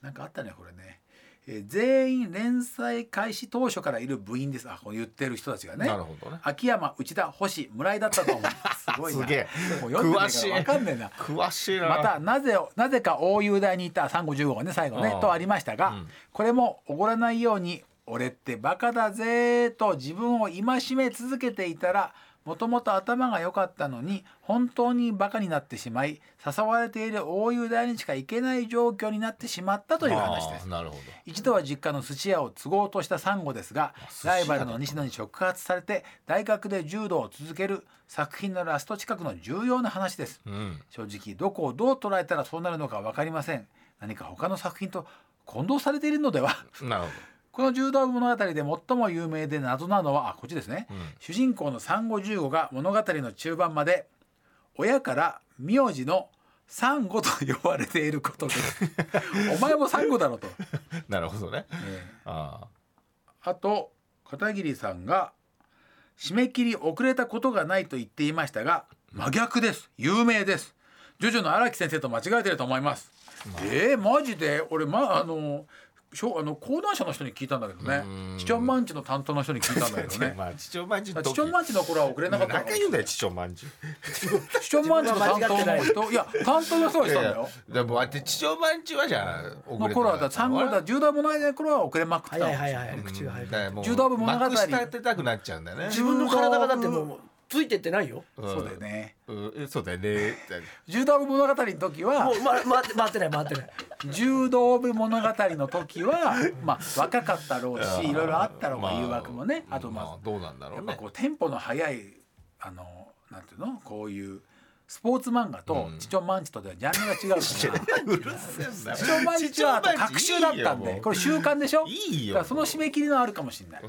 S4: なんかあったねこれね、えー全員連載開始当初からいる部員ですあこう言ってる人たちがね
S3: なるほどね
S4: 秋山内田星村井だったと思いますすごいな
S3: すげえ
S4: もう読んでない
S3: 詳し
S4: か
S3: い
S4: ら分かんねえな
S3: 詳しいな
S4: またなぜなぜか大雄大にいた355がね最後ね
S3: ああ
S4: とありましたが、これもおごらないように「俺ってバカだぜ」と自分を戒め続けていたらもともと頭が良かったのに本当にバカになってしまい誘われている大雄大にしか行けない状況になってしまったという話です
S3: あー。なるほど
S4: 一度は実家の寿司屋を継ごうとしたサンゴですが
S3: 司屋
S4: ライバルの西野に触発されて大学で柔道を続ける作品のラスト近くの重要な話です、正直どこをどう捉えたらそうなるのか分かりません何か他の作品と混同されているのでは
S3: なるほ
S4: この柔道物語で最も有名で謎なのはあこっちですね、主人公のサンゴ十五が物語の中盤まで親から名字のサンゴと呼ばれていることですお前もサンゴだろと
S3: どなるほどね、
S4: え
S3: あ
S4: あと片桐さんが締め切り遅れたことがないと言っていましたが真逆です有名ですジョジョの荒木先生と間違えてると思います、えー、マジで俺まあのしょあの講談社の人に聞いたんだけどねチチョンマンチの担当の人に聞いたんだけ
S3: あ、
S4: ど ね
S3: まあ父親まんじゅう
S4: チチョンマンチの頃は遅れなかったの
S3: 何回言うんだよ父親まんじゅう
S4: チチョンマンチの担当の人いや担当の人がしたんだよ
S3: でもあって父親まんじゅうはじゃあ遅
S4: の
S3: れ
S4: 頃はだ産後だ10代物語の頃は遅れまくってた
S2: 早い
S4: の
S2: 早い早い口が早い
S4: 柔道部物語
S3: 幕下やってたくなっちゃうんだよね
S2: 自分の体がだってもうついてってないよ
S3: ん
S4: そうだよね
S3: うんそうだよねって
S4: 10代物語の時は
S2: もう、ま、 回って回ってない回ってない
S4: 柔道部物語の時は まあ若かったろう しいろいろあったろうが誘惑もねあとま
S3: どうなんだ
S4: あ
S3: ろ
S4: や
S3: う
S4: っぱ
S3: ね
S4: こうテンポの速いあのなんていうのこういうスポーツ漫画とチチョンマンチとではジャンル が違うから。
S3: うるせえんだよ
S4: チチョンマンチはあと隔週だったん
S3: いいよ
S4: で
S3: もう
S4: これ週刊でしょ
S3: いいよ
S4: だからその締め切りのあるかもしれない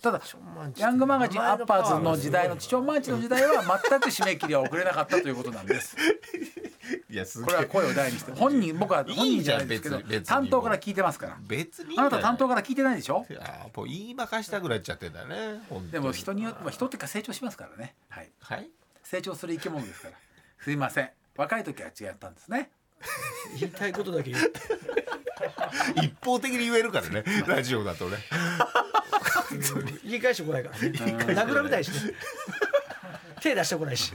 S4: ただ
S2: マンチ
S4: ヤングマガジンアッパーズの時代のチチョンマンチの時代 は全く締め切りは遅れなかったということなんです
S3: いやす
S4: こ
S3: げ
S4: れは
S3: え
S4: 声を大にして本人僕はい
S3: い
S4: 本人じゃないですけど
S3: じゃん別に別に
S4: 担当から聞いてますから
S3: 別にいいん
S4: あ
S3: だよ
S4: なた担当から聞いてないでしょ
S3: いやもう言いまかしたくなっちゃってんだね本当に
S4: でも人によってまあ人っていうか成長しますからねはい
S3: はい
S4: 成長する生き物ですからすいません若い時は違ったんですね
S2: 言いたいことだけ言って
S3: 一方的に言える からねラジオだとね
S2: 言い返してこないから殴られたいしね手出してこないし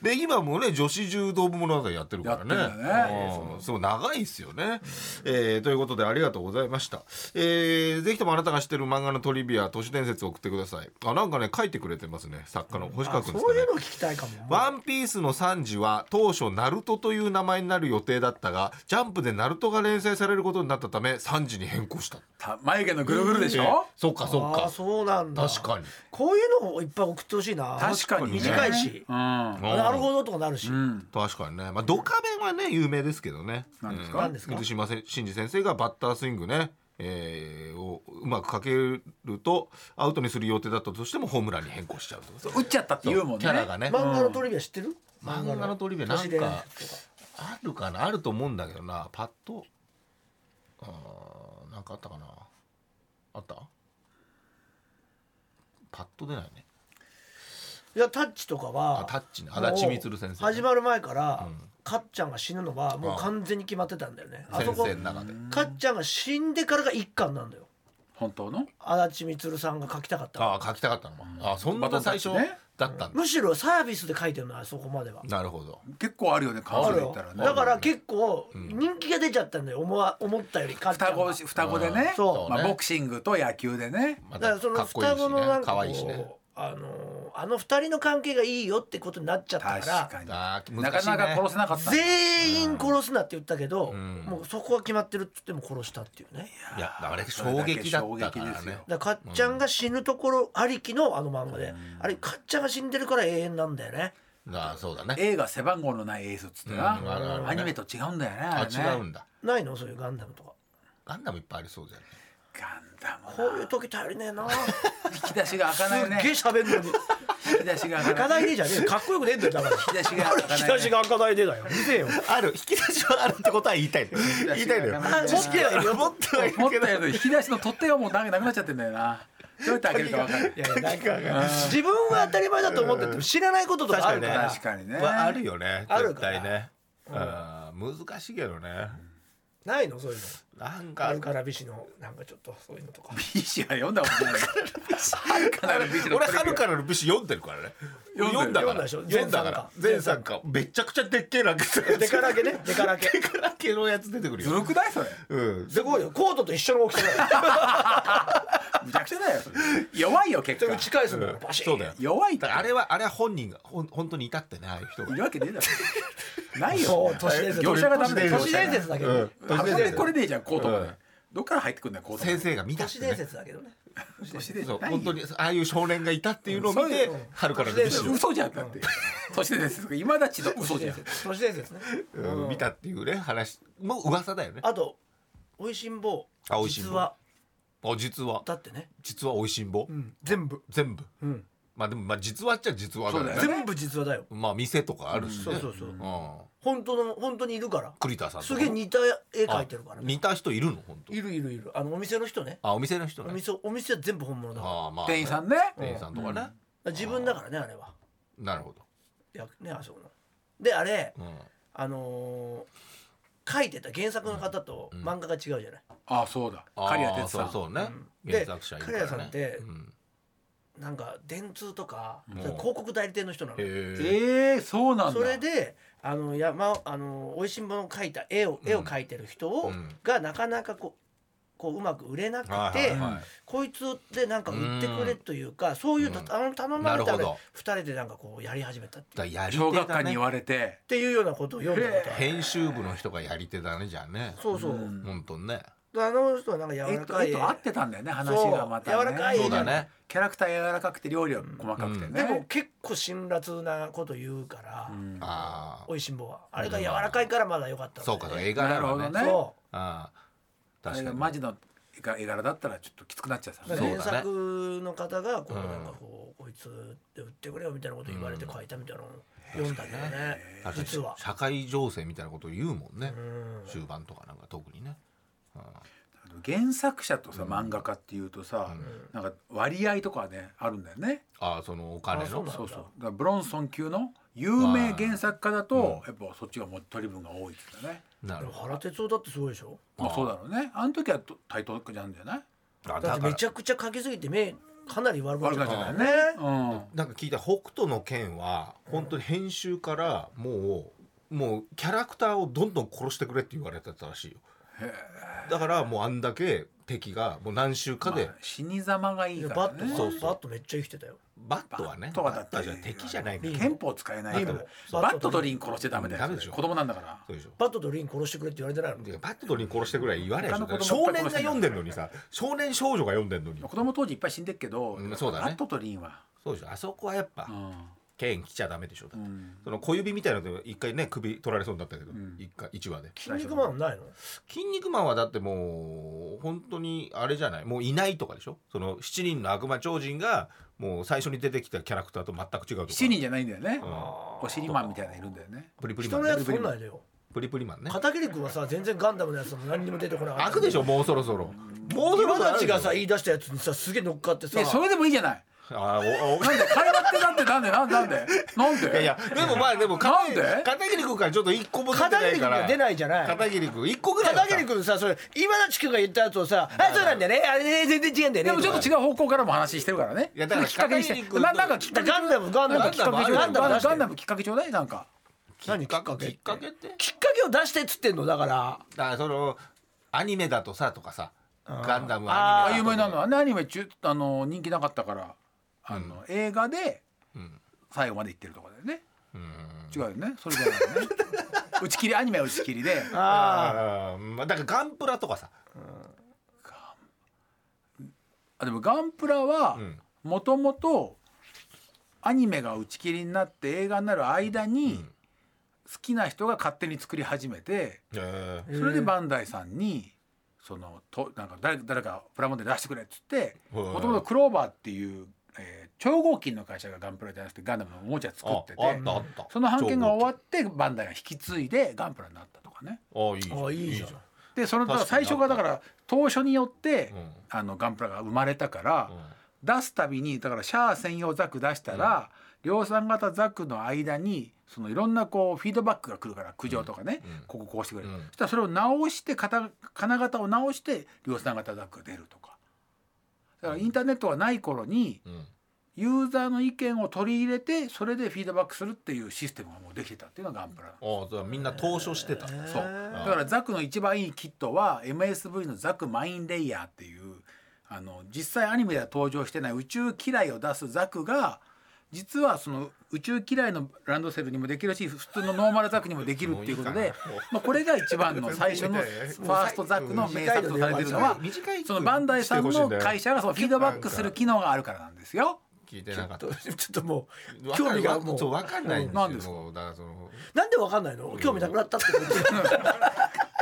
S3: で今もね女子柔道部物語やってるからね
S4: やってるんだね
S3: うんそう長いですよね、えーということでありがとうございました、えーぜひともあなたが知ってる漫画のトリビア都市伝説を送ってくださいあなんかね書いてくれてますね作家の星川君です
S2: そ
S3: か
S2: うい
S3: ね
S2: うの聞きたいかも
S3: ワンピースのサンジは当初ナルトという名前になる予定だったがジャンプでナルトが連載されることになったためサンジに変更した
S4: た眉毛のぐるぐるでし
S3: えー
S4: ょ
S3: そっかそっ
S2: ああ
S3: か
S2: そうなんだ
S3: 確かに
S2: こういうのをいっぱい送ってほしいな
S4: 確かにね
S2: 短いし
S4: うんな
S3: うん
S2: なるほどとかなるし
S3: 確かにね、まあ、ドカベンはね有名ですけどね
S4: んです
S2: な
S4: か
S2: んですか
S3: 水島せ真嗣先生がバッタースイングね、えーをうまくかけるとアウトにする予定だったとしてもホームランに変更しちゃうと
S4: 打っちゃったって言うもんね
S3: キャラがね
S2: 漫画のトリビア知ってる
S3: 漫画のトリビア
S2: 都
S3: な
S2: 市
S3: ん
S2: 伝
S3: か
S2: 説と
S3: あるかなあると思うんだけどなパッとあーなんかあったかなあったパッと出ないね
S2: いやタッチとかは
S3: あタッチね足立満先生ね
S2: 始まる前から、かっちゃんが死ぬのはもう完全に決まってたんだよねあそ
S3: 先
S2: こ
S3: 生の中で
S2: かっちゃんが死んでからが一巻なんだよ
S4: 本当の
S2: 足立満さんが書きたかった
S3: ああ書きたかったのもあーそん
S4: バト
S3: な
S4: ンタッ
S3: 最
S4: チ
S3: 初
S4: ね
S3: だったんだ
S2: むしろサービスで書いてるのあそこまでは
S3: なるほど
S4: 結構あるよね
S2: あ
S4: 顔
S2: る
S4: で言っ
S2: よ
S4: たらね
S2: だから結構人気が出ちゃったんだよ思わ思ったよりかっちゃ
S4: 双
S2: んが
S4: 子双子でね
S2: そう
S4: まあ
S3: ね
S4: ボクシングと野球でね
S3: ま
S2: だから
S3: た
S2: その
S3: かっこいい
S2: 双
S3: し
S2: 子のな
S3: ね
S2: んか
S3: 可
S2: こ
S3: 愛いしね
S2: うあのーあの二人の関係がいいよってことになっちゃった
S4: 確
S2: から
S4: かにな
S3: あー
S4: か
S3: 難しいね
S4: なか殺せなかった
S2: 全員殺すなって言ったけど、もうそこは決まってるっつっても殺したっていうね
S3: いやあれ衝撃だったか
S4: そ
S3: ら
S4: れだけ衝撃です
S3: ね
S4: よ
S2: だからかっちゃんが死ぬところありきのあの漫画で、あれかっちゃんが死んでるから永遠なんだよね
S3: ああそうだね
S4: 映画背番号のないエースっつって
S3: うんあるある
S4: な
S3: ね
S4: アニメと違うんだよね
S3: あ
S4: あれね
S3: 違うんだ
S2: ないのそういうガンダムとか
S3: ガンダムいっぱいありそうじゃん
S4: ガンダム
S2: こういう時頼りねえな
S4: 引き出しが開かないね
S2: すっげえ喋るのに
S4: 引き出しが開か
S2: 開か
S4: ない
S2: ないでじゃねえよかっこよくねえんだよだから
S4: 引き出しが開かない
S2: 引き出しが開かないでだよ見てよ
S3: ある引き出しはあるってことは言いたいのよ言いたいのよ
S4: あ
S3: 知識はいるよ持ってはいる
S4: 持っ
S3: けど
S4: たより引き出しの取っ手がもうなくなっちゃってんだよなどうやって開けるか分かる
S2: いやいやなんか自分は当たり前だと思ってても知らないこととかあるから
S4: 確かにね
S3: はあるよね
S2: ある
S3: 絶
S2: から
S3: 対ねうん難しいけどね
S2: ないのそういうの
S3: なんか
S2: あ
S3: あ
S2: る
S3: るか
S2: からビシのなんかちょっとそういうのとか
S4: ビシは読んだことない
S3: ら俺春からのビシ読んでるからね
S4: 読
S3: 読
S4: ん
S3: ん
S4: で
S3: だ
S4: る
S2: 読
S3: から
S2: んだでしょ
S3: 読んだから全作家めちゃくちゃでっけえラケット
S2: デカラケねデカラケ
S3: でっけえラケのやつ出てくる
S4: ず
S3: よ
S4: るくないそれ
S3: うん
S2: すごいよコートと一緒の大きさだよ
S4: むちゃくちゃだよ弱いよ結
S2: で
S4: 果
S2: 打ち返すのよバシ
S3: そうだよ
S2: ッ
S4: 弱いって
S3: だからあれはあれは本人がほん 本当にいたってねああいう人が
S4: いるわけねえだろない
S2: そ
S4: よ
S2: う都市伝説
S4: 業者がダメだよ
S2: 都市伝説だけ
S3: う
S2: ど
S3: ん
S2: ね
S4: 箱でこれでいいじゃんコートも
S3: う
S4: ね
S3: ん
S4: どっから入ってくんだよコートも
S3: 先生が見
S2: 都
S3: たって
S2: 市
S3: ね
S2: 伝説だけどね
S4: 都市伝
S3: そう
S4: 説ないよ
S3: 本当にああいう少年がいたっていうのを見
S2: そうい
S3: て
S2: うの
S3: 春からのビシを
S4: 嘘じゃんだって都市伝説とか今だちの嘘
S2: 都市
S4: じゃ
S2: 伝
S4: ん
S2: 説都市伝説ね
S3: うん見たっていうね話も噂だよね
S2: あと美味しん坊
S3: あ美味しん
S2: 実
S3: 坊
S2: は
S3: あ実は
S2: だってね
S3: 実は美味しんぼ
S2: 全部
S3: 全部
S2: うん
S3: まあでもまあ実話っちゃ実話だ
S4: そ
S3: よ
S4: うだよ
S3: ね
S2: 全部実話だよ
S3: まあ店とかあるし
S2: そう
S3: ね
S2: そうそう
S3: うん
S2: 本当の本当にいるから
S3: 栗田さんと
S2: す
S3: か
S2: げえ似た絵描いてるから
S3: あ
S2: ね
S3: 似た人いるの本当
S2: いるいるいるあのお店の人ね
S3: あお店の人
S2: お
S3: ね
S2: 店お店は全部本物だか
S3: ああまあ
S4: 店員さ
S3: ん
S4: んね
S3: 店員さんとかね
S2: ら自分だからねあれは
S3: なるほど
S2: いやねあそこのであれ
S3: うん
S2: あのー書いてた原作の方と漫画が違うじゃない
S4: あそうだ
S3: あー
S4: 刈谷哲さん
S3: そうそうね
S2: うん
S3: 原作者いるから
S2: で彼
S3: ね
S2: らさんって
S3: うん
S2: なんか電通とか
S3: ん
S2: 広告代理店の人なの
S3: へえ
S4: えー、そうなんだ
S2: それであの山あのおいしんぼの描いた絵を絵を描いてる人を、
S3: うん
S2: がなかなかこうこううまく売れなくて、
S3: はいはいはい
S2: こいつでなんか売ってくれというかそういうたあの頼まれた
S3: なる
S2: ら
S3: ほど
S2: 二人でなんかこうやり始めたっていうっ
S3: だやり
S4: 小
S3: 手
S4: 学
S3: だ
S4: 館に
S3: ね
S4: 言われて
S2: ていうようなことを読んだことある
S3: 編集部の人がやり手だねじゃあね
S2: そうそう、
S4: うん
S3: 本当にね
S2: あの人はなんか柔
S4: え
S2: ら
S4: っと
S2: かい
S4: えっと合ってたんだよね話がまたね
S2: そう柔らかい
S3: そうだね
S4: キャラクター柔らかくて料理は細かくてね、
S2: でも結構辛辣なこと言うから、
S4: うん
S3: あ
S2: おいしんぼはあれが柔らかいからまだ良かっ
S3: あ
S2: たんだ
S3: そう
S2: よ
S3: か
S2: ね、
S3: 絵柄
S4: な
S3: は
S4: るほ
S3: ね
S4: どね
S2: そ
S3: ああ
S4: あ
S3: 確
S4: れ
S3: か
S4: が
S3: に
S4: マジの絵柄絵柄だったらちょっときつくなっちゃうさ
S2: う
S3: そうだ
S2: 原
S3: ね
S2: 作の方がこうなんかこう、こいつで売ってくれよみたいなこと言われて書いたみたいなのを読んだんだよね
S3: 確かに
S2: 実は。
S3: 社会情勢みたいなことを言うもんね
S2: うん
S3: 終盤とかなんか特にね
S4: 原作者とさ漫画家っていうとさ、なんか割合とかねあるんだよね、
S3: ああそのお金
S2: あそうな
S3: の
S2: んだ
S4: そうそうだからブロンソン級の有名原作家だと、やっぱそっちがもう取り分が多いってね、
S3: な
S2: で
S3: る
S2: も
S3: ほ
S2: 原哲夫だってすごいでしょ
S4: まあ、そうだろうねあの時はと対等なんだよね
S3: どあ
S2: だ
S3: だ
S2: って
S3: か
S2: め
S3: ら
S2: ちゃくちゃかけすぎて目かなり悪くなっ
S4: 悪
S2: ち
S4: くな
S2: ゃ
S4: っ
S2: っ
S4: ち
S2: た
S4: ゃうん
S2: よね
S4: だよね、
S3: なんか聞いた北斗の剣は本当に編集からもうもうキャラクターをどんどん殺してくれって言われてたらしいよだからもうあんだけ敵がもう何週
S4: う
S3: か
S4: ん、
S3: で
S4: まあ、死に様がいい
S2: いや
S4: から
S2: バット
S4: ね
S2: は
S3: そうそう
S2: バットめっちゃ生きてたよ
S3: バットはね
S4: バットはだって
S3: バットじゃ敵じゃないから
S4: 憲法使えないから
S2: リンボ
S4: バットとリン殺しちゃダメだよ
S3: ダメでしょ
S4: 子供なんだから
S3: そうでしょ
S2: バットとリン殺してくれって言われてないの
S3: いやバットに殺してくらい言わないでしょ
S4: 他の子供
S3: 少年が読んでんのにさ少年少女が読んでんのに
S4: 子供当時いっぱい死んでっけど、
S3: うんそうだね
S4: バットとリンは、
S3: そうでしょあそこはやっぱ
S4: う
S3: 剣来ちゃダメでしょだって
S4: ん、
S3: その小指みたいなので一回ね首取られそうになったけど
S4: ん
S3: 一回一話で
S2: 筋肉マンないの
S3: 筋肉マンはだってもう本当にあれじゃないもういないとかでしょその7人の悪魔超人がもう最初に出てきたキャラクターと全く違うとか
S4: 7人じゃないんだよね、
S3: う
S4: お尻マンみたいなのいるんだよね
S3: プリプリ
S2: 人
S3: マン
S2: の
S3: ね
S2: やつそんなんだよ
S3: プリプリマンね
S2: 片桐君はさ全然ガンダムのやつも何にも出てこなかった
S3: 悪でしょもうそろそろもうそろ
S2: 今
S3: そろあ
S2: た
S3: る
S2: ち
S3: でしょ
S2: がさ言い出したやつにさすげえ乗っかってさ
S4: でそれでもいいじゃない
S3: あおお
S4: なんで会話ってなんでなんでなんでなんでなんで
S3: いやいやでもまあでも片
S4: なんで
S3: 片桐君からちょっと一個も出て
S2: 片
S3: な
S2: 桐
S3: い
S2: 君
S3: から
S2: が出ないじゃない
S3: 片桐君一個ぐらいは
S2: 片桐君さそれ今田地君が言ったやつをさあそうなんだよねあれね全然違うんだよね
S4: でもちょっと違う方向からも話してるからね
S3: いやだから
S4: きっかけにして
S3: 片桐君
S4: ななんかきっかけ
S2: ガンダムガ
S4: な
S2: ンダ
S4: ん
S2: ム
S4: か
S2: き
S4: き
S2: っ
S4: っ
S2: か
S4: かけち
S2: け
S4: ょうだい
S2: ガン
S4: ガン
S2: ダム出して
S4: ガンダムきっかけちょうだいなんか
S2: 何
S3: き
S2: きっ
S3: っ
S2: か
S3: かけ
S2: け
S3: きっかけって
S2: きっかけを出してっつってんのだから
S3: だからそのアニメだとさとかさガンダム
S2: あ
S3: ア
S4: あ
S3: ニメだと
S4: 有名なのはねアニメ中あの人気なかったからあの、映画で
S3: うん
S4: 最後まで行ってるとかだよね
S3: うん
S4: 違うよねそれじゃない よね打ち切りアニメは打ち切りで
S2: あ
S3: あーまあだからガンプラとかさ
S4: あでもガンプラは
S3: うん
S4: もともとアニメが打ち切りになって映画になる間に
S3: ん
S4: 好きな人が勝手に作り始めて
S3: え
S2: へえ
S4: それでバンダイさんにそのとなんか誰誰かプラモデル出してくれっつって
S3: へえ
S4: もともとクローバーっていうえー超合金の会社がガンプラじゃなくてガンダムのおもちゃ作ってて
S3: ああったあった
S4: その版権が終わ
S3: っ
S4: ってバンダイが引き継いでガンプラになったとかね
S3: あいいじゃん
S2: あいいじゃん
S4: でそのだから
S3: 確か
S4: 最
S3: に
S4: 初がだから当初によって、
S3: うん
S4: あのガンプラが生まれたから
S3: う、ん
S4: 出すたびにだからシャア専用ザク出したら、量産型ザクの間にそのいろんなこうフィードバックが来るから苦情とかね、
S3: うん
S4: こここうしてくれる、
S3: うん
S4: そしたらそれを直して型金型を直して量産型ザクが出るとかだからインターネットがない頃に
S3: うん
S4: ユーザーの意見を取り入れてそれでフィードバックするっていうシステムがもうできてたっていうのがガンプラなの
S3: ああだからみんな投書してた
S4: そうだからザクの一番いいキットは MSV のザクマインレイヤーっていうあの実際アニメでは登場してない宇宙嫌いを出すザクが実はその宇宙嫌いのランドセルにもできるし普通のノーマルザクにもできるっていうことで
S3: もういいかな
S4: まあ、これが一番 の最初のファーストザクの名作とされてるのは
S3: 短い
S4: そのバンダイさんの会社がそのフィードバックする機能があるからなんですよ。
S3: 聞いてなかった
S2: ちょっともう
S3: わか
S2: 興
S3: る
S2: 味がもう
S3: そうわかんないん
S4: なん
S3: で
S4: ですす
S3: よ
S4: か
S3: もうだからその
S2: なんでわかんないの興味なくなったってこと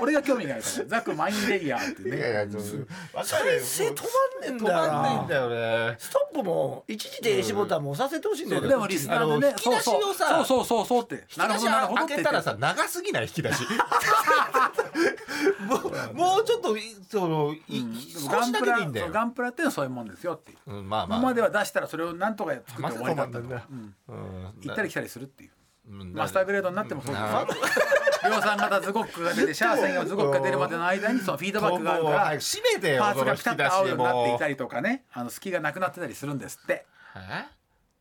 S4: 俺が興味がある からザクマインレイヤーってね。
S3: いやいやそのわかる
S2: 再
S3: よ
S2: 生止まんねえんだよ
S3: 止まんない
S2: なん
S3: だよね
S2: ストップも一時停止ボタンも押させてほしいんだよ
S4: でもリスナーでね、
S3: あの引き出しをさ
S4: そうそうそうそうそうって、なるほどなるほどっ
S3: 引き
S4: て
S3: 出し開けたらさ長すぎない引 き出しもうもうちょっといそのい少
S4: ガ
S3: し
S4: ン
S3: だ
S4: プ
S3: けで
S4: ラ
S3: いいんだ
S4: そう
S3: よ
S4: ガンプラっていうのはそういうもんですよっていう。
S3: うんまあまあ
S4: 今までは出したらそれをなんとか作って
S3: まさ
S4: 終
S3: か
S4: わりだった
S3: 止
S4: ん
S3: ま
S4: だ
S3: ん。うん
S4: 行ったり来たりするっていう。
S3: うん
S4: マスターグレードになってもそうです
S3: なる
S4: よ。量産型ズゴックが出 てシャア専用ズゴックが出るまでの間にそのフィードバックがあるか
S3: もう
S4: ら
S3: 早く閉めてよ
S4: パーツがピタッと合うようになっていた
S3: り
S4: りとかねあの隙がなくなってたりするんですって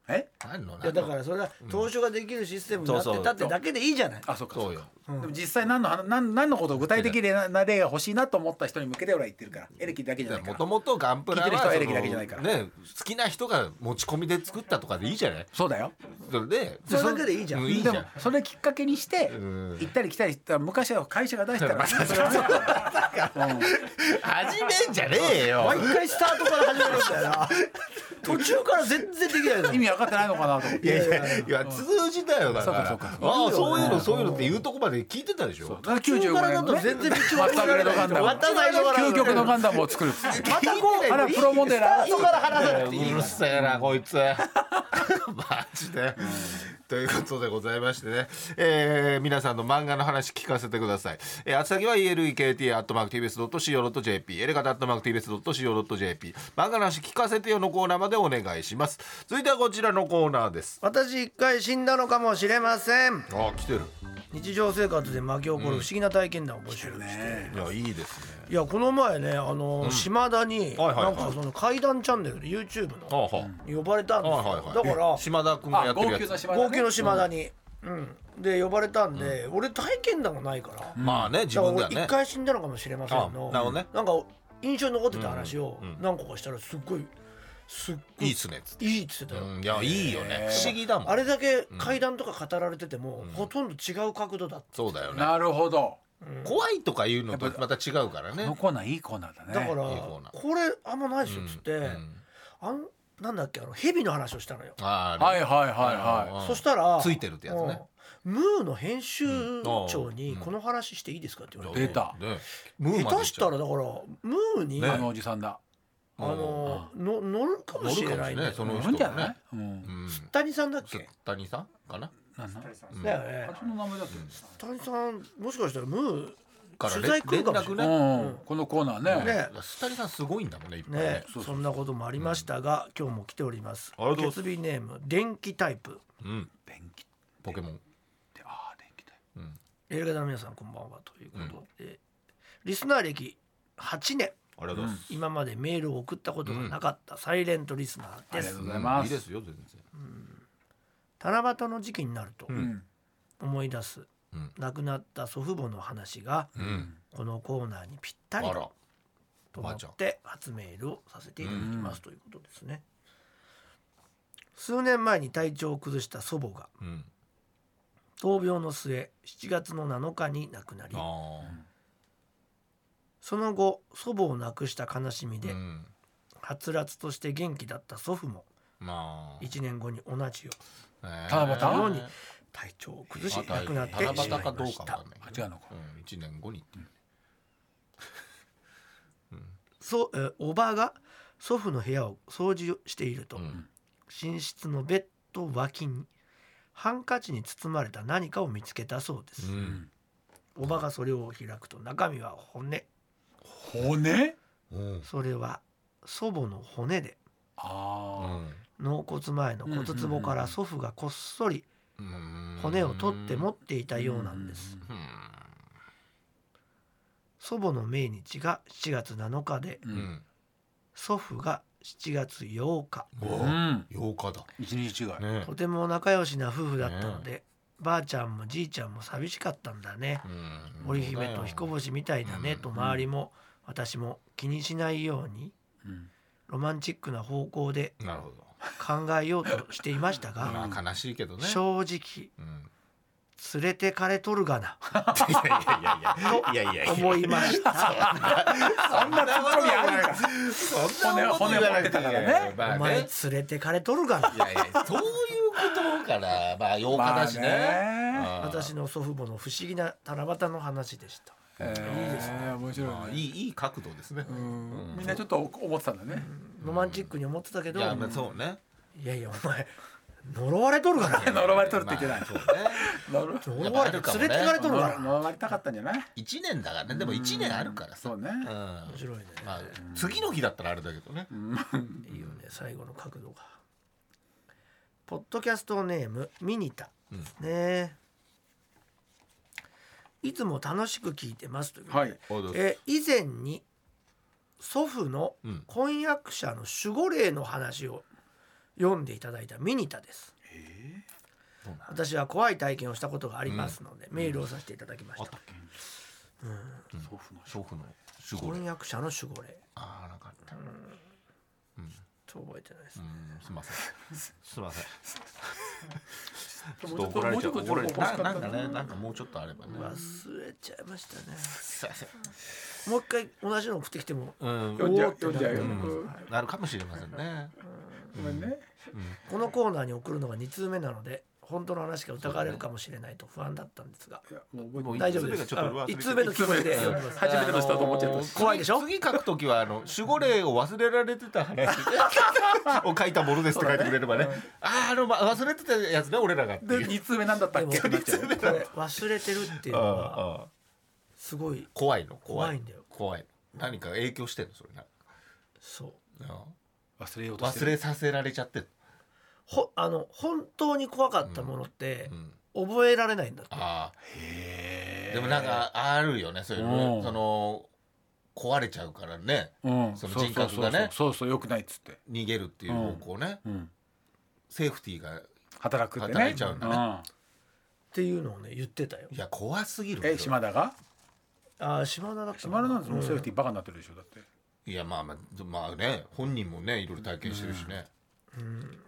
S3: え
S4: え
S3: 何の
S2: いやだか
S3: 何の
S2: らそれは投資ができるシステムになっ
S3: そう
S2: て
S3: そう
S2: たってだけでいいじゃない
S4: あそうか
S3: そうよ
S4: でも実際何の話何何のことを具体的な例が欲しいなと思った人に向けて俺は言ってるからエレキだけじゃないか
S3: も
S4: ら
S3: ともとガンプラ
S4: 聞いてる人
S3: は
S4: はエ
S3: そ
S4: レキだけじゃないから
S3: のね好きな人が持ち込みで作ったとかでいいじゃない
S4: そうだよ
S3: それで
S2: それだけでいいじゃん
S3: う
S4: で
S3: いいじゃん
S4: もそれきっかけにして
S3: うん
S4: 行ったり来たりした昔は会社が出したら それはねうん
S3: 始めんじゃねえよ
S2: 毎回スタートから始めるんだよな 途中から全然できないの
S4: 意味分かってないのかなと思っ
S3: いや
S4: て
S3: いやいや通じたよだから
S4: そうかそうか
S3: ああそういうのそういうのって言うとこまで聞いてたでしょ
S4: 95年
S2: からだと
S4: のね
S2: 全然道
S4: マ
S2: を
S4: スターグレードガンダム
S2: 渡さないところ
S4: 究極のガンダムを作るっつって
S2: またこう
S4: あらプロモデラー
S2: スタートから話さなくていいう
S3: るせえなこいつ マジで、ということでございましてね、えー皆さんの漫画の話聞かせてください、えー、宛先は elekt.tbs.co.jp エレカタ .tbs.co.jp 漫画の話聞かせてよのコーナーまでお願いします続いてはこちらのコーナーです
S2: 私一回死んだのかもしれません
S3: あ来てる
S2: 日常生活で巻き起こる不思議な体験談を募集して、
S3: いやいいですね
S2: いやこの前ねあの、島田に、
S3: はいはいはい
S2: なんかその怪談チャンネルで YouTube
S3: あ
S2: の
S3: はあ、
S2: に呼ばれたんですよ、
S3: はいはいはい
S2: だから
S3: 島田君がや
S4: あ
S3: って
S4: 号
S3: る
S4: 泣
S3: や
S4: の
S3: つ
S4: 島
S2: 号
S4: だ
S2: 泣
S4: ね
S2: の島田に、うんで呼ばれたんで、俺体験談がないから、
S3: まあね自
S2: だから
S3: 分
S2: 俺
S3: では
S2: 一
S3: ね
S2: 回死んだのかもしれませんの
S3: あなるほどね
S2: なんか印象に残ってた話を
S3: うんうん
S2: 何個かしたらすっごいすっご
S3: い
S2: い
S3: いっすねっつって
S2: いいっつってたよ、
S3: うんいやいいよね不思議だもん
S2: あれだけ階段とか語られてても、ほとんど違う角度だっ
S3: そうだよね
S4: なるほど
S3: 怖いとかいうのとまた違うから
S4: こ
S3: ね
S4: のコーナーいいコーナーだね
S2: ただから、
S3: いいコーナー
S2: これあんまないですよっつって、
S3: うん
S2: あんなんだっけあの蛇の話をしたのよ、
S3: あー
S4: はいはいはいは
S2: そしたら
S3: ついてるってやつね
S2: うんムーの編集長に
S3: うん
S2: この話していいですかって言われ
S4: 出
S2: て、
S4: た
S3: ねムー
S2: 下
S3: まで行っ
S2: 手し
S3: ちゃ
S2: た
S3: う
S2: らだからムーに、
S4: いあのおじさんだ
S2: あのの乗るかもしれないんだよ
S3: 乗るかもしれないその
S4: 乗るんじゃないうん
S3: うん
S2: 谷さんだっけ
S3: 谷さんかな
S4: なんなん
S2: だよね
S4: あその名前だっけ
S2: 谷さんもしかしたらムー
S3: から
S2: 取材来るかもしれ
S4: う
S2: ない
S3: 連
S4: んうんこのコーナーね
S2: ね
S3: 谷さんすごいんだもんねいっぱい
S2: ね
S3: ね
S2: そんなこともありましたが、今日も来ております
S3: ありがとうござ
S2: 決意ネーム電気タイプ
S3: うん
S4: 電気っ
S3: ポケモン
S4: てああ電気だよ
S3: うん
S2: 映画の皆さんこんばんはということで、リスナー歴8年
S3: ありがとうございます
S2: 今までメールを送ったことがなかったサイレントリスナー
S4: あり
S2: で
S4: が
S2: す、
S4: とうございま
S3: いいですすよ全然
S2: 七夕の時期になると
S4: うん
S2: 思い出す、
S3: うん
S2: 亡くなった祖父母の話が
S3: うん
S2: このコーナーにぴった
S3: あ
S2: り
S3: ら
S2: と思って初メールをさせていただきますということですね、数年前に体調を崩した祖母が
S3: うん
S2: 闘病の末7月の7日に亡くなり
S3: あー
S2: その後祖母を亡くした悲しみで、
S3: うん
S2: はつらつとして元気だった祖父も
S3: まあ
S2: 1年後に同じよう
S3: えー
S4: 七夕
S2: ように体調を崩し
S3: また
S2: 亡くなってしまい
S3: 七夕かど
S2: ま
S3: う
S2: し
S3: かわ
S2: た
S3: かんない
S4: あ違
S3: けど
S4: うのか
S3: うん一年後にっていう
S2: そうえーおばが祖父の部屋を掃除していると、
S3: うん
S2: 寝室のベッド脇にハンカチに包まれた何かを見つけたそうです、
S3: うん
S2: おばがそれを開くと中身は骨
S4: 骨
S3: うん
S2: それは祖母の骨で
S3: う
S4: あ
S3: ん
S2: 納骨前の骨壺か
S4: うんうんうん
S2: ら祖父がこっそり
S3: うん
S2: 骨を取って持ってい
S4: あ
S2: たようなんです
S3: うん
S2: 祖母の命日が7月7日で
S4: う
S3: うんん
S2: 祖父が7月8日
S3: う
S4: う
S3: わ
S4: ん
S3: 8日だ
S4: 一日違い
S3: ね
S2: とても仲良しな夫婦だったのでばあちゃんもじいちゃんも寂しかったんだね
S3: うん
S2: 織姫と彦星みたいだねと周りも私も気にしないように
S4: うん
S2: ロマンチックな方向で
S3: なるほど
S2: 考えようとしていました が
S3: まあ悲しいけどね
S2: 正直
S3: うん
S2: 連れてかれとるがない
S3: やいやいやいやいやい やいや
S2: 思いました
S3: そんなツッコミある
S4: か
S3: そんなこと
S4: 骨骨折ってたからね
S3: ま
S2: お
S3: あ
S2: 前
S3: ね
S2: 連れてかれとるがない
S3: やいやそういうことからまあ8日だしね,うん、
S4: ま
S2: 私の祖父母の不思議な七夕の話でした
S4: いいですね面
S3: ま
S4: 白
S3: あ
S4: い
S3: い
S4: ね
S3: いいい角度ですね
S4: う、んみんなちょっと思ってたんだね
S2: ロマンチックに思ってたけど
S3: い
S2: い
S3: や
S2: や
S3: まあそうね
S2: いやお前呪われとる がな
S4: 呪われとるって言ってない
S3: まあそうね
S4: 呪わ
S2: 呪われて連れてかれとるがな
S4: 呪われたかったんじゃない
S3: 1年だからねでも1年あるからさ
S4: そうね
S3: うん
S2: 面白いね
S3: まあ次の日だったらあれだけどね、
S2: いいよね最後の角度がポッドキャストネームミニタですね、いつも楽しく聞いてますということで、
S4: はい
S3: おうどうぞ
S2: え以前に祖父の
S3: うん
S2: 婚約者の守護霊の話を読んでいただいたミニタです、
S3: どうな
S2: 私は怖い体験をしたことがありますので、メールをさせていただきまし
S3: あ
S2: た
S3: っ、たっけ
S4: 祖父の
S3: 娼婦の守護
S2: 婚
S3: 霊
S2: 約者の守護霊
S3: ああなんかあった
S2: ちょっと覚えてないです、
S3: うんすいません すいません
S4: ちょっと怒られちゃうもうちょっと
S3: れ
S4: 欲しかった
S3: なんかねなんかもうちょっとあればね
S2: 忘れちゃいましたね
S3: すいません
S2: もう一回同じの送ってきても
S3: うん
S4: 読んじゃう読んじゃうよ
S3: うんなるかもしれませんね
S4: ごめんね
S2: このコーナーに送るのが2通目なので本当の話が疑われるかもしれないと不安だったんですが、
S4: いやもう覚えて
S2: 大丈夫です
S3: ちょっと忘れて
S2: 1通目の気持ちで読み ます
S4: 初めての人だと思っちゃったし
S2: 怖いでしょ
S3: 次書くときはあの守護霊を忘れられてた話 を書いたものですって書いてくれればねあーあのま忘れてたやつね俺らがって
S4: で
S3: いう
S4: 2通目なんだったっけってなっちゃう
S2: これ忘れてるっていう
S3: あ
S2: の
S3: あ
S2: は
S3: ああ
S2: すごい
S3: 怖いの
S2: 怖いんだよ
S3: 怖い何か影響してんのそれな
S2: そう
S3: うん
S4: 忘れようとして
S3: 忘
S4: る
S3: れさせられちゃってる
S2: ほあの本当に怖かったものって
S3: うん
S2: 覚えられないんだって、
S3: ああ
S4: へー
S3: でもなんかあるよねそういうの
S4: うん
S3: その壊れちゃうからね
S4: うん
S3: その人格がね
S4: そうそうそうそうそう良くないっつって
S3: 逃げるっていう方向ね
S4: うん
S3: セーフティーが
S4: 働くってね
S3: 働いちゃうんだ
S4: ね
S2: っていうのをね言ってたよ
S3: いや怖すぎる
S4: え島田が
S2: ああ島田だった
S4: 島田なんてもうセーフテ
S2: ィ
S4: ィーバカになってるでしょだって
S3: いやまあまあまあね本人もねいろいろ体験してるしね、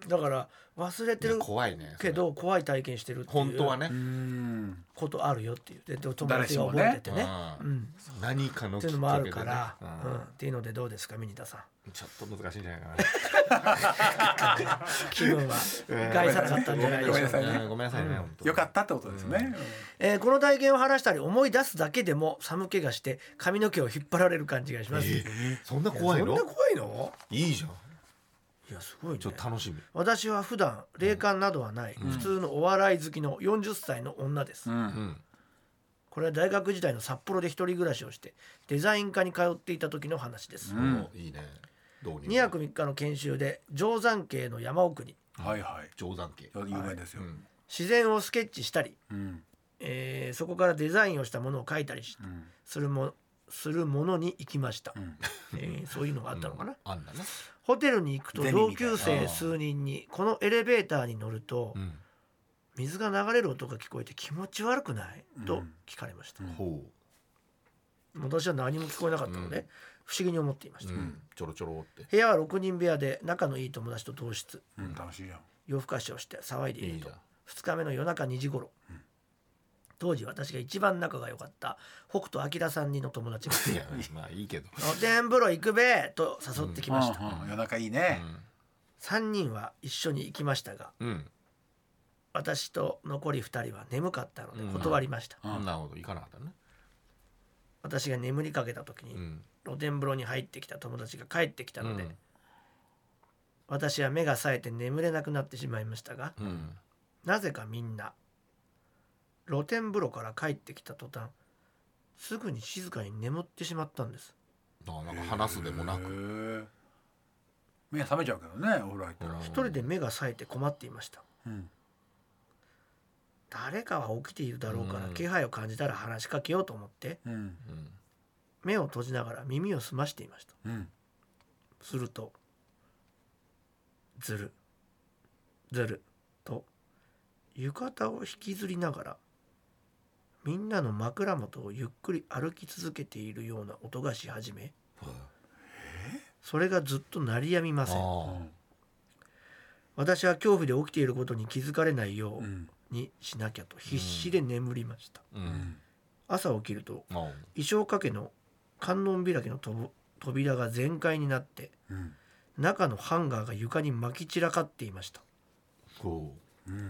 S2: だから忘れて
S3: いや
S2: る
S3: 怖いねそれ
S2: けど怖い体験してるって
S3: 本
S2: い
S3: 当は
S2: う
S3: ね、
S4: うん
S2: ことあるよっていうで友
S4: 誰
S2: 達
S4: し
S2: が
S4: もね
S2: 覚えててね
S3: う
S2: うんん、
S3: 何かの
S2: ってい
S3: きっ
S2: う
S3: か
S2: のもあるから、
S3: けで
S2: う
S3: ね
S2: ん、っていうのでどうですかミニタさん
S3: うんちょっと難しいんじゃないかな
S2: 気分は 害さなかったんじゃないで
S4: ごめ
S2: し
S4: んなさ
S2: ょうか
S4: いね
S3: うんごめんなさいね、本当
S4: よかったってことですね
S2: えーこの体験を話したり思い出すだけでも寒気がして髪の毛を引っ張られる感じがします、
S3: えーそんな怖いの
S2: そんな怖いの
S3: いいじゃん
S2: いやすごいね
S3: ちょっと楽しみ
S2: 私は普段霊感などはない、普通のお笑い好きの40歳の女です、
S4: うん
S3: うん
S2: これは大学時代の札幌で一人暮らしをしてデザイン科に通っていた時の話です、
S3: おいいね導入
S2: 2泊3日の研修で定山系の山奥に
S4: はいはい
S3: 定山系
S4: 有名ですよ
S3: ん
S2: 自然をスケッチしたり、
S4: うん
S2: えーそこからデザインをしたものを描いたりし
S4: うん
S2: するもするものに行きました、
S4: ん
S2: えーそういうのがあったのかな、
S3: あんだね
S2: ホテルに行くと
S4: ゼミ
S2: 同
S4: みたいな
S2: 級生数人にこのエレベーターに乗ると
S3: うん
S2: 水が流れる音が聞こえて気持ち悪くないと聞かれました、
S3: ほ
S2: 私は何も聞こえなかったので、不思議に思っていまし
S3: う
S2: た、
S3: うんちょろちょろって
S2: 部屋は6人部屋で仲のいい友達と同室
S4: うん楽しいじゃん
S2: 夜更かしをして騒いでい
S3: い
S2: る
S3: いじ
S2: と
S3: ゃん
S2: 2日目の夜中2時頃、当時私が一番仲が良かった北斗晶さんにの友達が
S3: い やまあいいけど
S2: 「露天風呂行くべ!」と誘ってきました、
S4: うんうん夜中いいね
S2: 3人は一緒に行きましたが
S3: うん
S2: 私と残り2人は眠かったので断りました、
S4: うん
S3: なるほど行かなかったね
S2: 私が眠りかけた時に、
S3: うん
S2: 露天風呂に入ってきた友達が帰ってきたので、
S3: うん
S2: 私は目が冴えて眠れなくなってしまいましたが
S3: うん
S2: なぜかみんな露天風呂から帰ってきた途端すぐに静かに眠ってしまったんです
S3: だからなんか話すでもなく、
S4: く目覚めちゃうけどねお風呂入ったら、
S2: 一人で目が冴えて困っていました
S4: うん
S2: 誰かは起きているだろうから
S3: うん
S2: 気配を感じたら話しかけようと思って
S4: うん
S3: うん
S2: 目を閉じながら耳を澄ましていました
S4: うん、
S2: するとずるずると浴衣を引きずりながらみんなの枕元をゆっくり歩き続けているような音がし始めそれがずっと鳴りやみません
S3: あ
S2: 私は恐怖で起きていることに気づかれない
S4: う
S2: ようんにしなきゃと必死で眠りました
S3: あう
S4: うんん
S2: 朝起きると
S3: あ
S2: 衣装掛けの観音開きのとぼ扉が全開になって
S4: うん
S2: 中のハンガーが床に巻き散らかっていました
S3: そ
S4: うん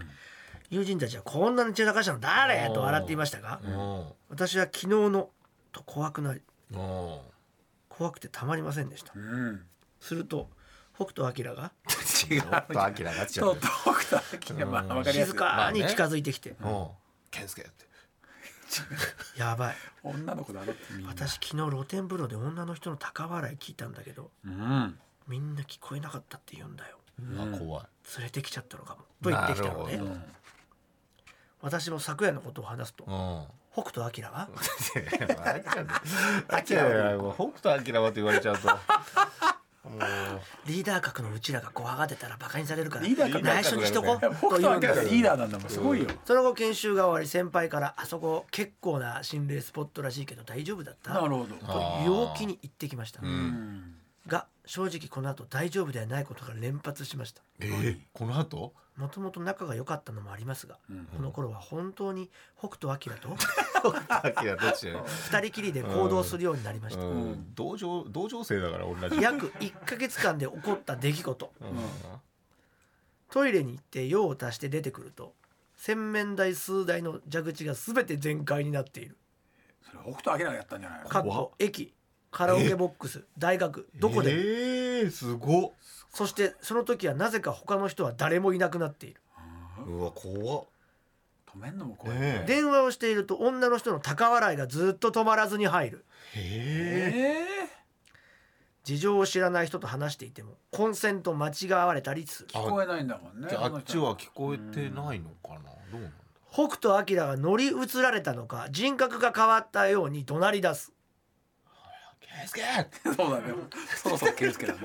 S2: 友人たちはこんなに散らかしたの誰
S3: おー
S2: と笑っていましたが
S3: ううん
S2: 私は昨日のと怖くなり
S3: うん
S2: 怖くてたまりませんでした
S4: うん
S2: すると北斗晶が
S3: 違うと明らかになっ ちゃ
S4: そうう
S3: ね
S4: 遠くときねまあ
S3: うん
S4: わかりやす
S2: 静
S4: い
S2: かに近づいてきて
S3: うん健介って
S2: やばい
S4: 女の子だろってみんな
S2: 私昨日露天風呂で女の人の高笑い聞いたんだけど
S4: うん
S2: みんな聞こえなかったって言うんだよ
S3: あ怖い
S2: 連れてきちゃったのかもと言ってきたの
S3: なる
S2: で
S3: ほ
S4: うん
S2: 私も昨夜のことを話すと
S3: うんあ
S2: 北斗晶は
S3: っちゃんねあっちゃんね北斗晶はって言われちゃうと
S2: リーダー格のうちらが怖がってたらバカにされるから
S4: リーダー格
S2: 内緒にしとこう
S4: いや北
S2: と
S4: 斗
S2: 言う
S4: 晶
S2: んだ
S4: が
S2: よ
S4: リーダーなんだもんすごいよ
S2: その後研修が終わり先輩から「あそこ結構な心霊スポットらしいけど大丈夫だった?」
S4: なるほ
S2: と
S4: ど
S3: あー
S2: 陽気に言ってきました、
S3: ん
S4: うん
S2: が正直この後大丈夫ではないことが連発しました
S3: えーこの後
S2: もともと仲が良かったのもありますが、
S4: うん
S2: この頃は本当に北斗晶と
S3: 晶どっちだよ
S2: 二人きりで行動するようになりました、
S3: うん同情同情生だから同じ
S2: 約1ヶ月間で起こった出来事
S3: うん
S2: トイレに行って用を足して出てくると洗面台数台の蛇口が全て全開になっている
S4: それ北斗晶がやったんじゃないの
S2: かっこ駅カラオケボックス大学どこでも
S3: えーすごっ
S2: そしてその時はなぜか他の人は誰もいなくなっている
S3: うわ怖っ
S4: 止めんのも怖い
S3: ね
S2: 電話をしていると女の人の高笑いがずっと止まらずに入る
S3: へえ
S4: え
S2: 事情を知らない人と話していても混戦と間違われたりする
S4: え聞こえないんだもんね
S3: じゃああっちは聞こえ
S4: う
S3: て
S4: ん
S3: ないのかなどうなんだ
S2: 北斗晶が乗り移られたのか人格が変わったように怒鳴り出す
S3: 健介って
S4: そうだね。そろそろ気をつけたね。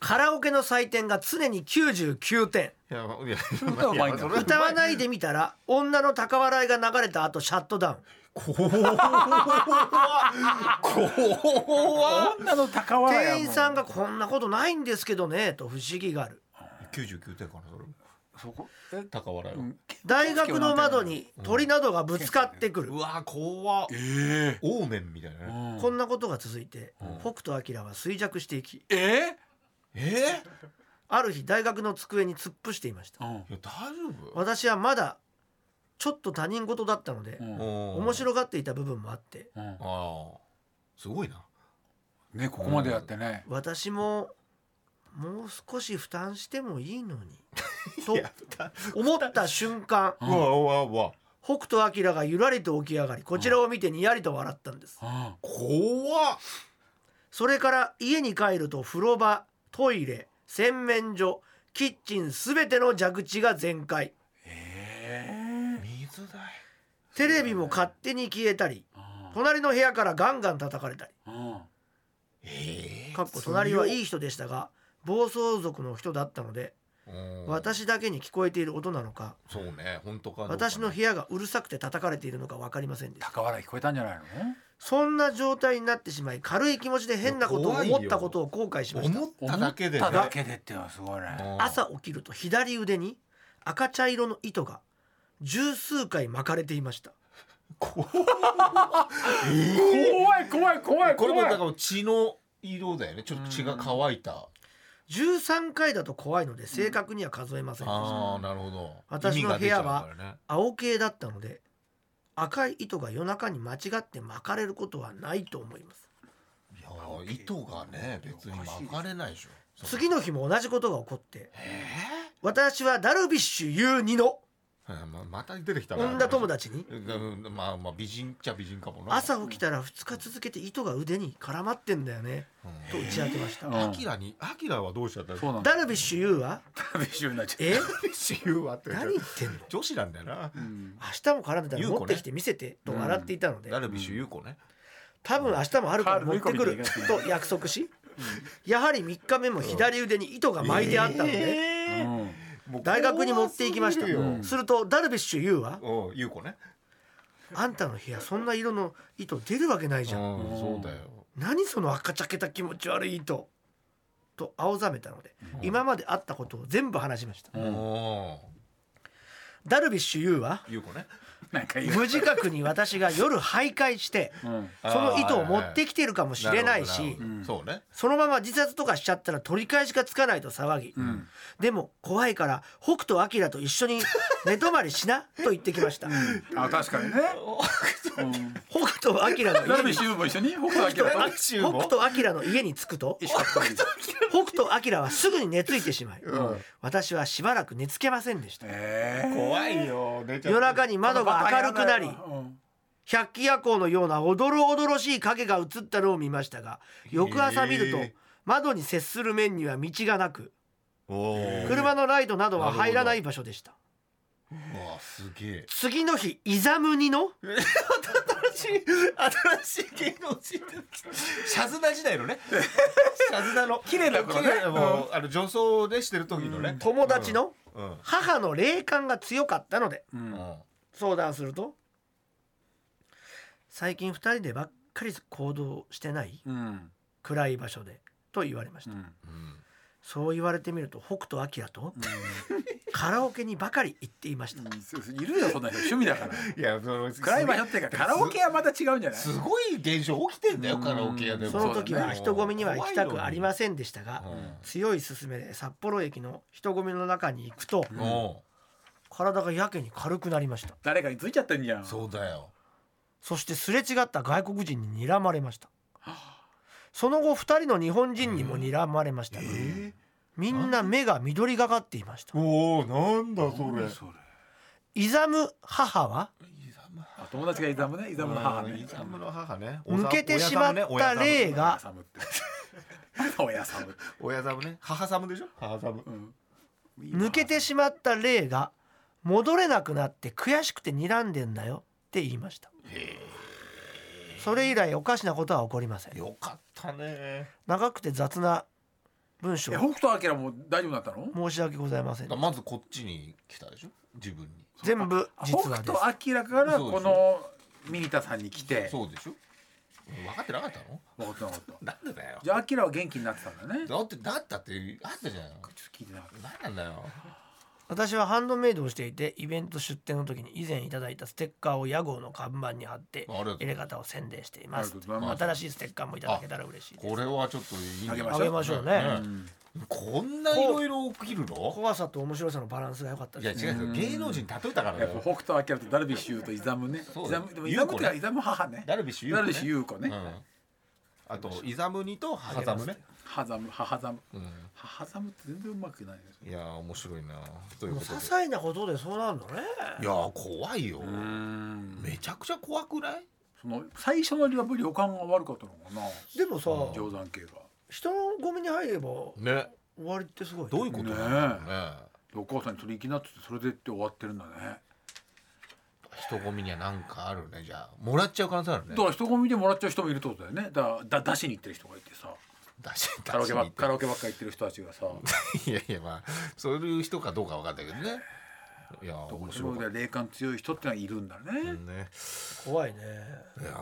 S2: カラオケの採点が常に99点
S3: い やまあいや
S4: 歌うまいんだ
S3: それは
S2: 歌わないでみたら女の高笑いが流れた後シャットダウン
S3: 怖っ 怖っ
S4: 女の高笑いはもう
S2: 店員さんがこんなことないんですけどねと不思議がある
S3: 99点かなそれ
S4: そこえ
S3: 高笑いは
S4: うん
S2: 大学の窓に鳥などがぶつかってくる
S3: うわ怖っ
S4: え
S3: オーメンみたいな
S4: え
S3: ね
S2: こんなことが続いて
S3: うん
S2: 北斗晶は衰弱していき
S4: ええ
S3: え
S2: ある日大学の机に突っ伏していました
S3: ーいや大丈夫
S2: 私はまだちょっと他人事だったので
S4: うん
S3: 面
S2: 面白がっていた部分もあって
S4: うん
S3: ああすごいな
S4: ねここまでやってね。
S2: 私ももう少し負担してもいいの にと
S3: だ
S2: 思った瞬間
S3: うわうわうわ
S2: 北斗晶がゆらりと起き上がりこちらを見てにやりと笑ったんです
S4: うん
S3: 怖っ
S2: それから家に帰ると風呂場トイレ洗面所キッチン全ての蛇口が全開
S4: ええ
S3: 水だよ
S2: テレビも勝手に消えたり
S4: う
S2: 隣の部屋からガンガン叩かれたり
S4: んうん
S3: ええ
S2: かっこ隣はいい人でしたが暴走族の人だったので私だけに聞こえている音なのか
S3: そうね本当かどうかね
S2: 私の部屋がうるさくて叩かれているのか分かりませんでした
S4: 高笑い聞こえたんじゃないの？
S2: そんな状態になってしまい軽い気持ちで変なことを思ったことを後悔しました
S3: 思っただけでね
S4: 思っただけでっていうのはすごいね。
S3: うん
S2: 朝起きると左腕に赤茶色の糸が十数回巻かれていました
S3: 怖っ
S4: 怖い怖い怖い
S3: これも
S4: 怖い
S3: だから血の色だよねちょっと血が乾いた
S2: 13回だと怖いので正確には数えませんでした、
S3: ああなるほど
S2: 私の部屋は
S3: 意味が出ちゃうからね
S2: 青系だったので赤い糸が夜中に間違って巻かれることはないと思います
S3: いや糸がね別に巻かれないでしょ
S2: 次の日も同じことが起こって私はダルビッシュ有二の
S3: はいままた出てきたな
S2: 女友達に
S3: うんまあまあ美人っちゃ美人かもな
S2: 朝起きたら2日続けて糸が腕に絡まってんだよねと打ち明けました
S3: アキラにアキラはどうしちゃった
S4: そうなんだ
S2: ダルビッシュ有は
S4: ダルビッシュになっちゃう
S2: え
S3: 私言うわって
S2: 何言ってんの
S3: 女子なんだよな
S4: うん
S2: 明日も絡んでたら
S3: 優子ね
S2: 持ってきて見せてと笑っていたので
S3: ダルビッシュ有子ね
S2: 多分明日もあるから持ってくる
S4: カール振り込みでいいか
S2: と約束しやはり3日目も左腕に糸が巻いてあったので
S3: え
S4: うん
S3: ーもう
S2: 大学に持っていきました
S3: 怖すぎるよ
S4: うん
S2: するとダルビッシュ有は
S3: うん優子ね
S2: 「あんたの部屋そんな色の糸出るわけないじゃん」
S3: うんそうだよ
S2: 何その赤ちゃけた気持ち悪いと」と青ざめたので、今まであったことを全部話しました、
S4: うん
S3: うん
S2: ダルビッシュ有は
S3: 優子ね
S4: なんかいい
S2: 無自覚に私が夜徘徊して
S4: うん
S2: その糸を持ってきているかもしれない
S3: なる
S2: し
S3: ほどなるほどそうね
S2: そのまま自殺とかしちゃったら取り返しがつかないと騒ぎ、
S4: ん
S2: でも怖いから北斗晶と一緒に 寝泊まりしなと言ってきました
S4: あ確かにねうん
S2: 北斗晶の
S4: ダル
S2: 家
S4: ビッ
S2: に
S4: シュも一緒に北斗晶
S3: ダルビ
S4: と
S3: ッシュ
S2: 北
S3: も
S2: 斗晶の家に着くと
S4: 一緒だったんだ
S2: 北斗晶はすぐに寝ついてしまい、
S3: うん
S2: 私はしばらく寝つけませんでした
S4: えー
S3: 怖いよ寝ちゃった
S2: 夜中に窓が明るくなり
S4: うん
S2: 百鬼夜行のようなおどろおどろしい影が映ったのを見ましたが翌朝見ると
S3: へえ
S2: 窓に接する面には道がなく
S3: おー
S2: 車のライトなどは
S3: なるほど
S2: 入らない場所でした
S3: うわすげえ
S2: 次の日イザムニの
S3: 新しい新しい芸能人出てきたシャズナ時代のねシャズナの
S4: 綺麗な子ね
S3: 綺麗もうあの女装でしてる時のね
S2: 友達の
S3: うんうん
S2: 母の霊感が強かったので
S4: うん
S2: 相談すると「最近2人でばっかり行動してない
S4: うん
S2: 暗い場所で」と言われまし
S4: う
S2: た
S4: ん
S3: うん
S2: そう言われてみると北斗晶とカラオケにばかり行っていました
S4: うんそうそういるよそんな人趣味だから
S3: いやその
S4: 暗い場所っていうかカラオケはまた違うんじゃない
S3: すごい現象起きてんだよ
S4: うん
S3: カラオケ屋でも
S2: その時は人混みには行きたくありま
S3: せ
S2: せんでしたが
S3: う、ん
S2: 強い勧めで札幌駅の人混みの中に行くと、
S4: ん
S3: お
S2: 体がやけに軽くなりました
S4: 誰かについちゃってんじゃ
S3: うんそうだよ
S2: そしてすれ違った外国人に睨まれましたその後二人の日本人にも睨まれましたが、みんな目が緑がかっていました
S3: おおなんだそれ
S4: それ
S2: イザム母は
S3: イザム
S4: あ友達がイザムねイザムの母ね
S3: イザムの母ね
S2: 抜けてしまった霊
S4: が
S2: が
S4: 親サムって
S3: 親ザムね母サムでしょ母サム
S2: 抜けてしまった霊が戻れなくなって悔しくて睨んでんだよって言いましたそれ以来おかしなことは起こりません
S3: よかったね親
S2: 長くて雑な文章
S4: え北斗晶も大丈夫だったの
S2: 申し訳ございません
S3: だからまずこっちに来たでしょ自分に
S2: 全部実は
S4: 北
S2: です
S4: 斗晶からこのミニタさんに来て
S3: そうでしょ分かってなかった
S4: 分か
S3: の
S4: った分かった
S3: なんでだよ
S4: じゃあ晶は元気になってたんだねちょっ
S3: だってだったってあったじゃん
S4: と聞いてなかっ
S3: 何なんだよ
S2: 私はハンドメイドをしていてイベント出店の時に以前いただいたステッカーを屋号の看板に貼って
S3: ありがとうござ
S2: 入
S3: い
S2: れ方を宣伝していま
S4: あり
S2: す
S4: がとうございます
S2: 新しいステッカーもいただけたら嬉しいです
S3: これはちょっといい
S4: あげま
S2: あげましょうね
S4: た、うん
S3: こんないろいろ起きるの
S2: 怖さと面白さのバランスが良かった
S3: いや
S2: で
S3: 違
S2: す
S3: うよ芸能人例えたからだ
S4: やっぱ
S3: よ
S4: 北斗晶とダルビッシュ有とイザムね
S3: そう
S4: イ
S3: だ
S4: ザ
S3: よ
S4: ムでもイザムっていうか
S3: 優子ね
S4: イザム母ね
S3: ダルビッシュ有
S4: ダ
S3: 子ね
S4: ルビッシュ有子
S3: う
S4: ね
S3: んあとイザムニと母ザムね
S4: 母ザム母ザム
S3: うん
S4: 母ザムって全然うまくないですね
S3: いやー面白いなとい
S2: も
S3: う
S2: う
S3: こ
S2: 些
S3: とで
S2: 細なことでそうなんだね
S3: いやー怖いよ
S4: うん
S3: めちゃくちゃ怖くない
S4: その最初のリハブリ予感が悪かったのかな
S2: でもさ
S4: 定山系が
S2: 人のゴミに入れば終
S3: ね
S2: わりってすごいね
S3: どういうことなんだろうね
S4: でお母さんに取り気になっててそれでって終わってるんだね
S3: 人混みにはなんかあるねじゃあもらっちゃう可能性ある
S4: だ
S3: ね
S4: から人混みでもらっちゃう人もいるってことだよねだからだ出しに行ってる人がいてさ
S3: 出し
S4: カラオケばっカラ
S3: ら
S4: オケばっか行ってる人たちがさ
S3: いやいやまあそういう人かどうかわかんないけどねいやー
S4: どこ
S3: 面
S4: で
S3: 白
S4: も
S3: い
S4: 霊感強い人ってのはいるんだね、
S3: ね
S2: 怖いね
S3: いやー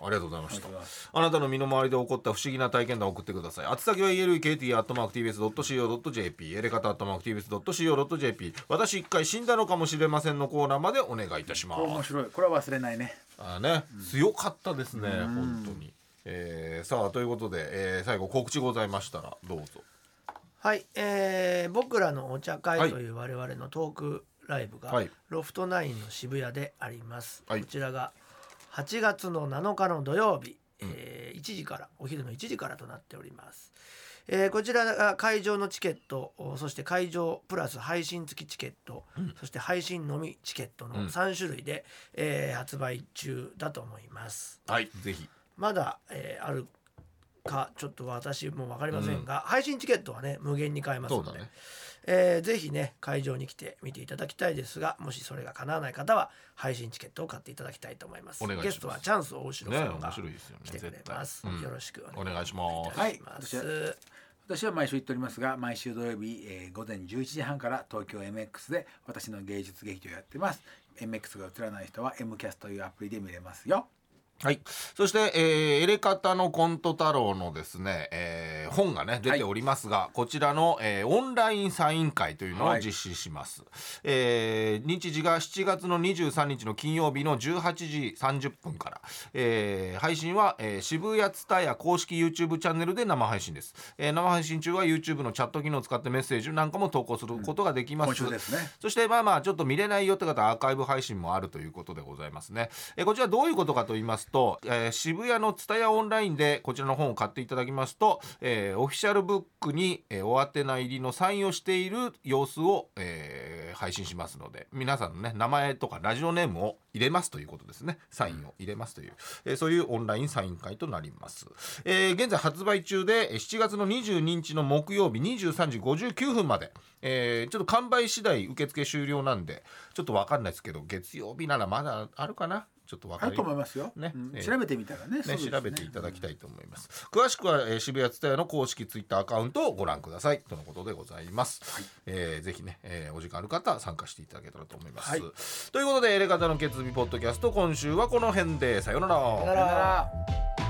S3: ありがとうございまし
S4: ありがとう
S3: た
S4: ございます
S3: あなたの身の回りで起こった不思議な体験談を送ってください宛先は elkt.tbs.co.jp エレカタ .tbs.co.jp 私一回死んだのかもしれませんのコーナーまでお願いいたしま
S4: これ面
S3: す
S4: 白いこれは忘れないね
S3: あーね強かったですね本当にえーさあということで、えー最後告知ございましたらどうぞ
S2: はいえー僕らのお茶
S3: はい
S2: 会という我々のトークライブが
S3: はい
S2: ロフトナインの渋谷であります、
S3: はい
S2: こちらが8月の7日の土曜日、えー1時からお昼の1時からとなっております、えーこちらが会場のチケットおそして会場プラス配信付きチケット、そして配信のみチケットの3種類で、えー発売中だと思います
S3: はいぜひ
S2: まだ、えーあるかちょっと私も分かりませんが、配信チケットはね無限に買えますの
S3: そう
S2: で、
S3: だね
S2: えーぜひね会場に来て見ていただきたいですがもしそれが叶わない方は配信チケットを買っていただきたいと思います
S3: お願いします
S2: ゲストはチャンス大城
S3: ね
S2: さんが
S3: 面白いですよね
S2: 来てくれ
S3: 絶対
S2: ます、よろしく
S3: お
S2: お
S3: 願
S2: 願
S3: い
S2: い
S3: し
S2: し
S3: ま
S2: ますす
S4: はい私は毎週言っておりますが毎週土曜日、えー午前11時半から東京 MX で私の芸術劇場をやってます MX が映らない人は M キャスというアプリで見れますよ
S3: はい、そして、えーエレカタのコント太郎のですね、えー本がね出ておりますが、こちらの、えーオンラインサイン会というのを
S4: はい
S3: 実施します、えー日時が7月の23日の金曜日の18時30分から、えー配信は、えー渋谷ツタヤ公式 YouTube チャンネルで生配信です、えー生配信中は YouTube のチャット機能を使ってメッセージなんかも投稿することができます、
S4: 今週ですね
S3: そしてまあまあちょっと見れないよって方はアーカイブ配信もあるということでございますね。えーこちらどういうことかと言いますと、えー渋谷の蔦屋オンラインでこちらの本を買っていただきますと、えーオフィシャルブックに、えーお宛名入りのサインをしている様子を、えー配信しますので皆さんのね名前とかラジオネームを入れますということですねサインを入れますという、えーそういうオンラインサイン会となります、えー現在発売中でえー7月の22日の木曜日23時59分まで、えーちょっと完売次第受付終了なんでちょっと分かんないですけど月曜日ならまだあるかなちょっと分か
S4: あ
S3: り
S4: ると思いますよ、
S3: ね
S4: うん
S3: えー
S4: 調べてみたらねすぐ
S3: ね
S4: ですね
S3: 調べていただきたいと思います。詳しくは、えー渋谷ツタヤの公式ツイッターアカウントをご覧くださいとのことでございます。えーぜひね、えーお時間ある方は参加していただけたらと思います。
S2: はい
S3: ということでエレガタの決意ポッドキャスト今週はこの辺でさようなら
S2: さよなら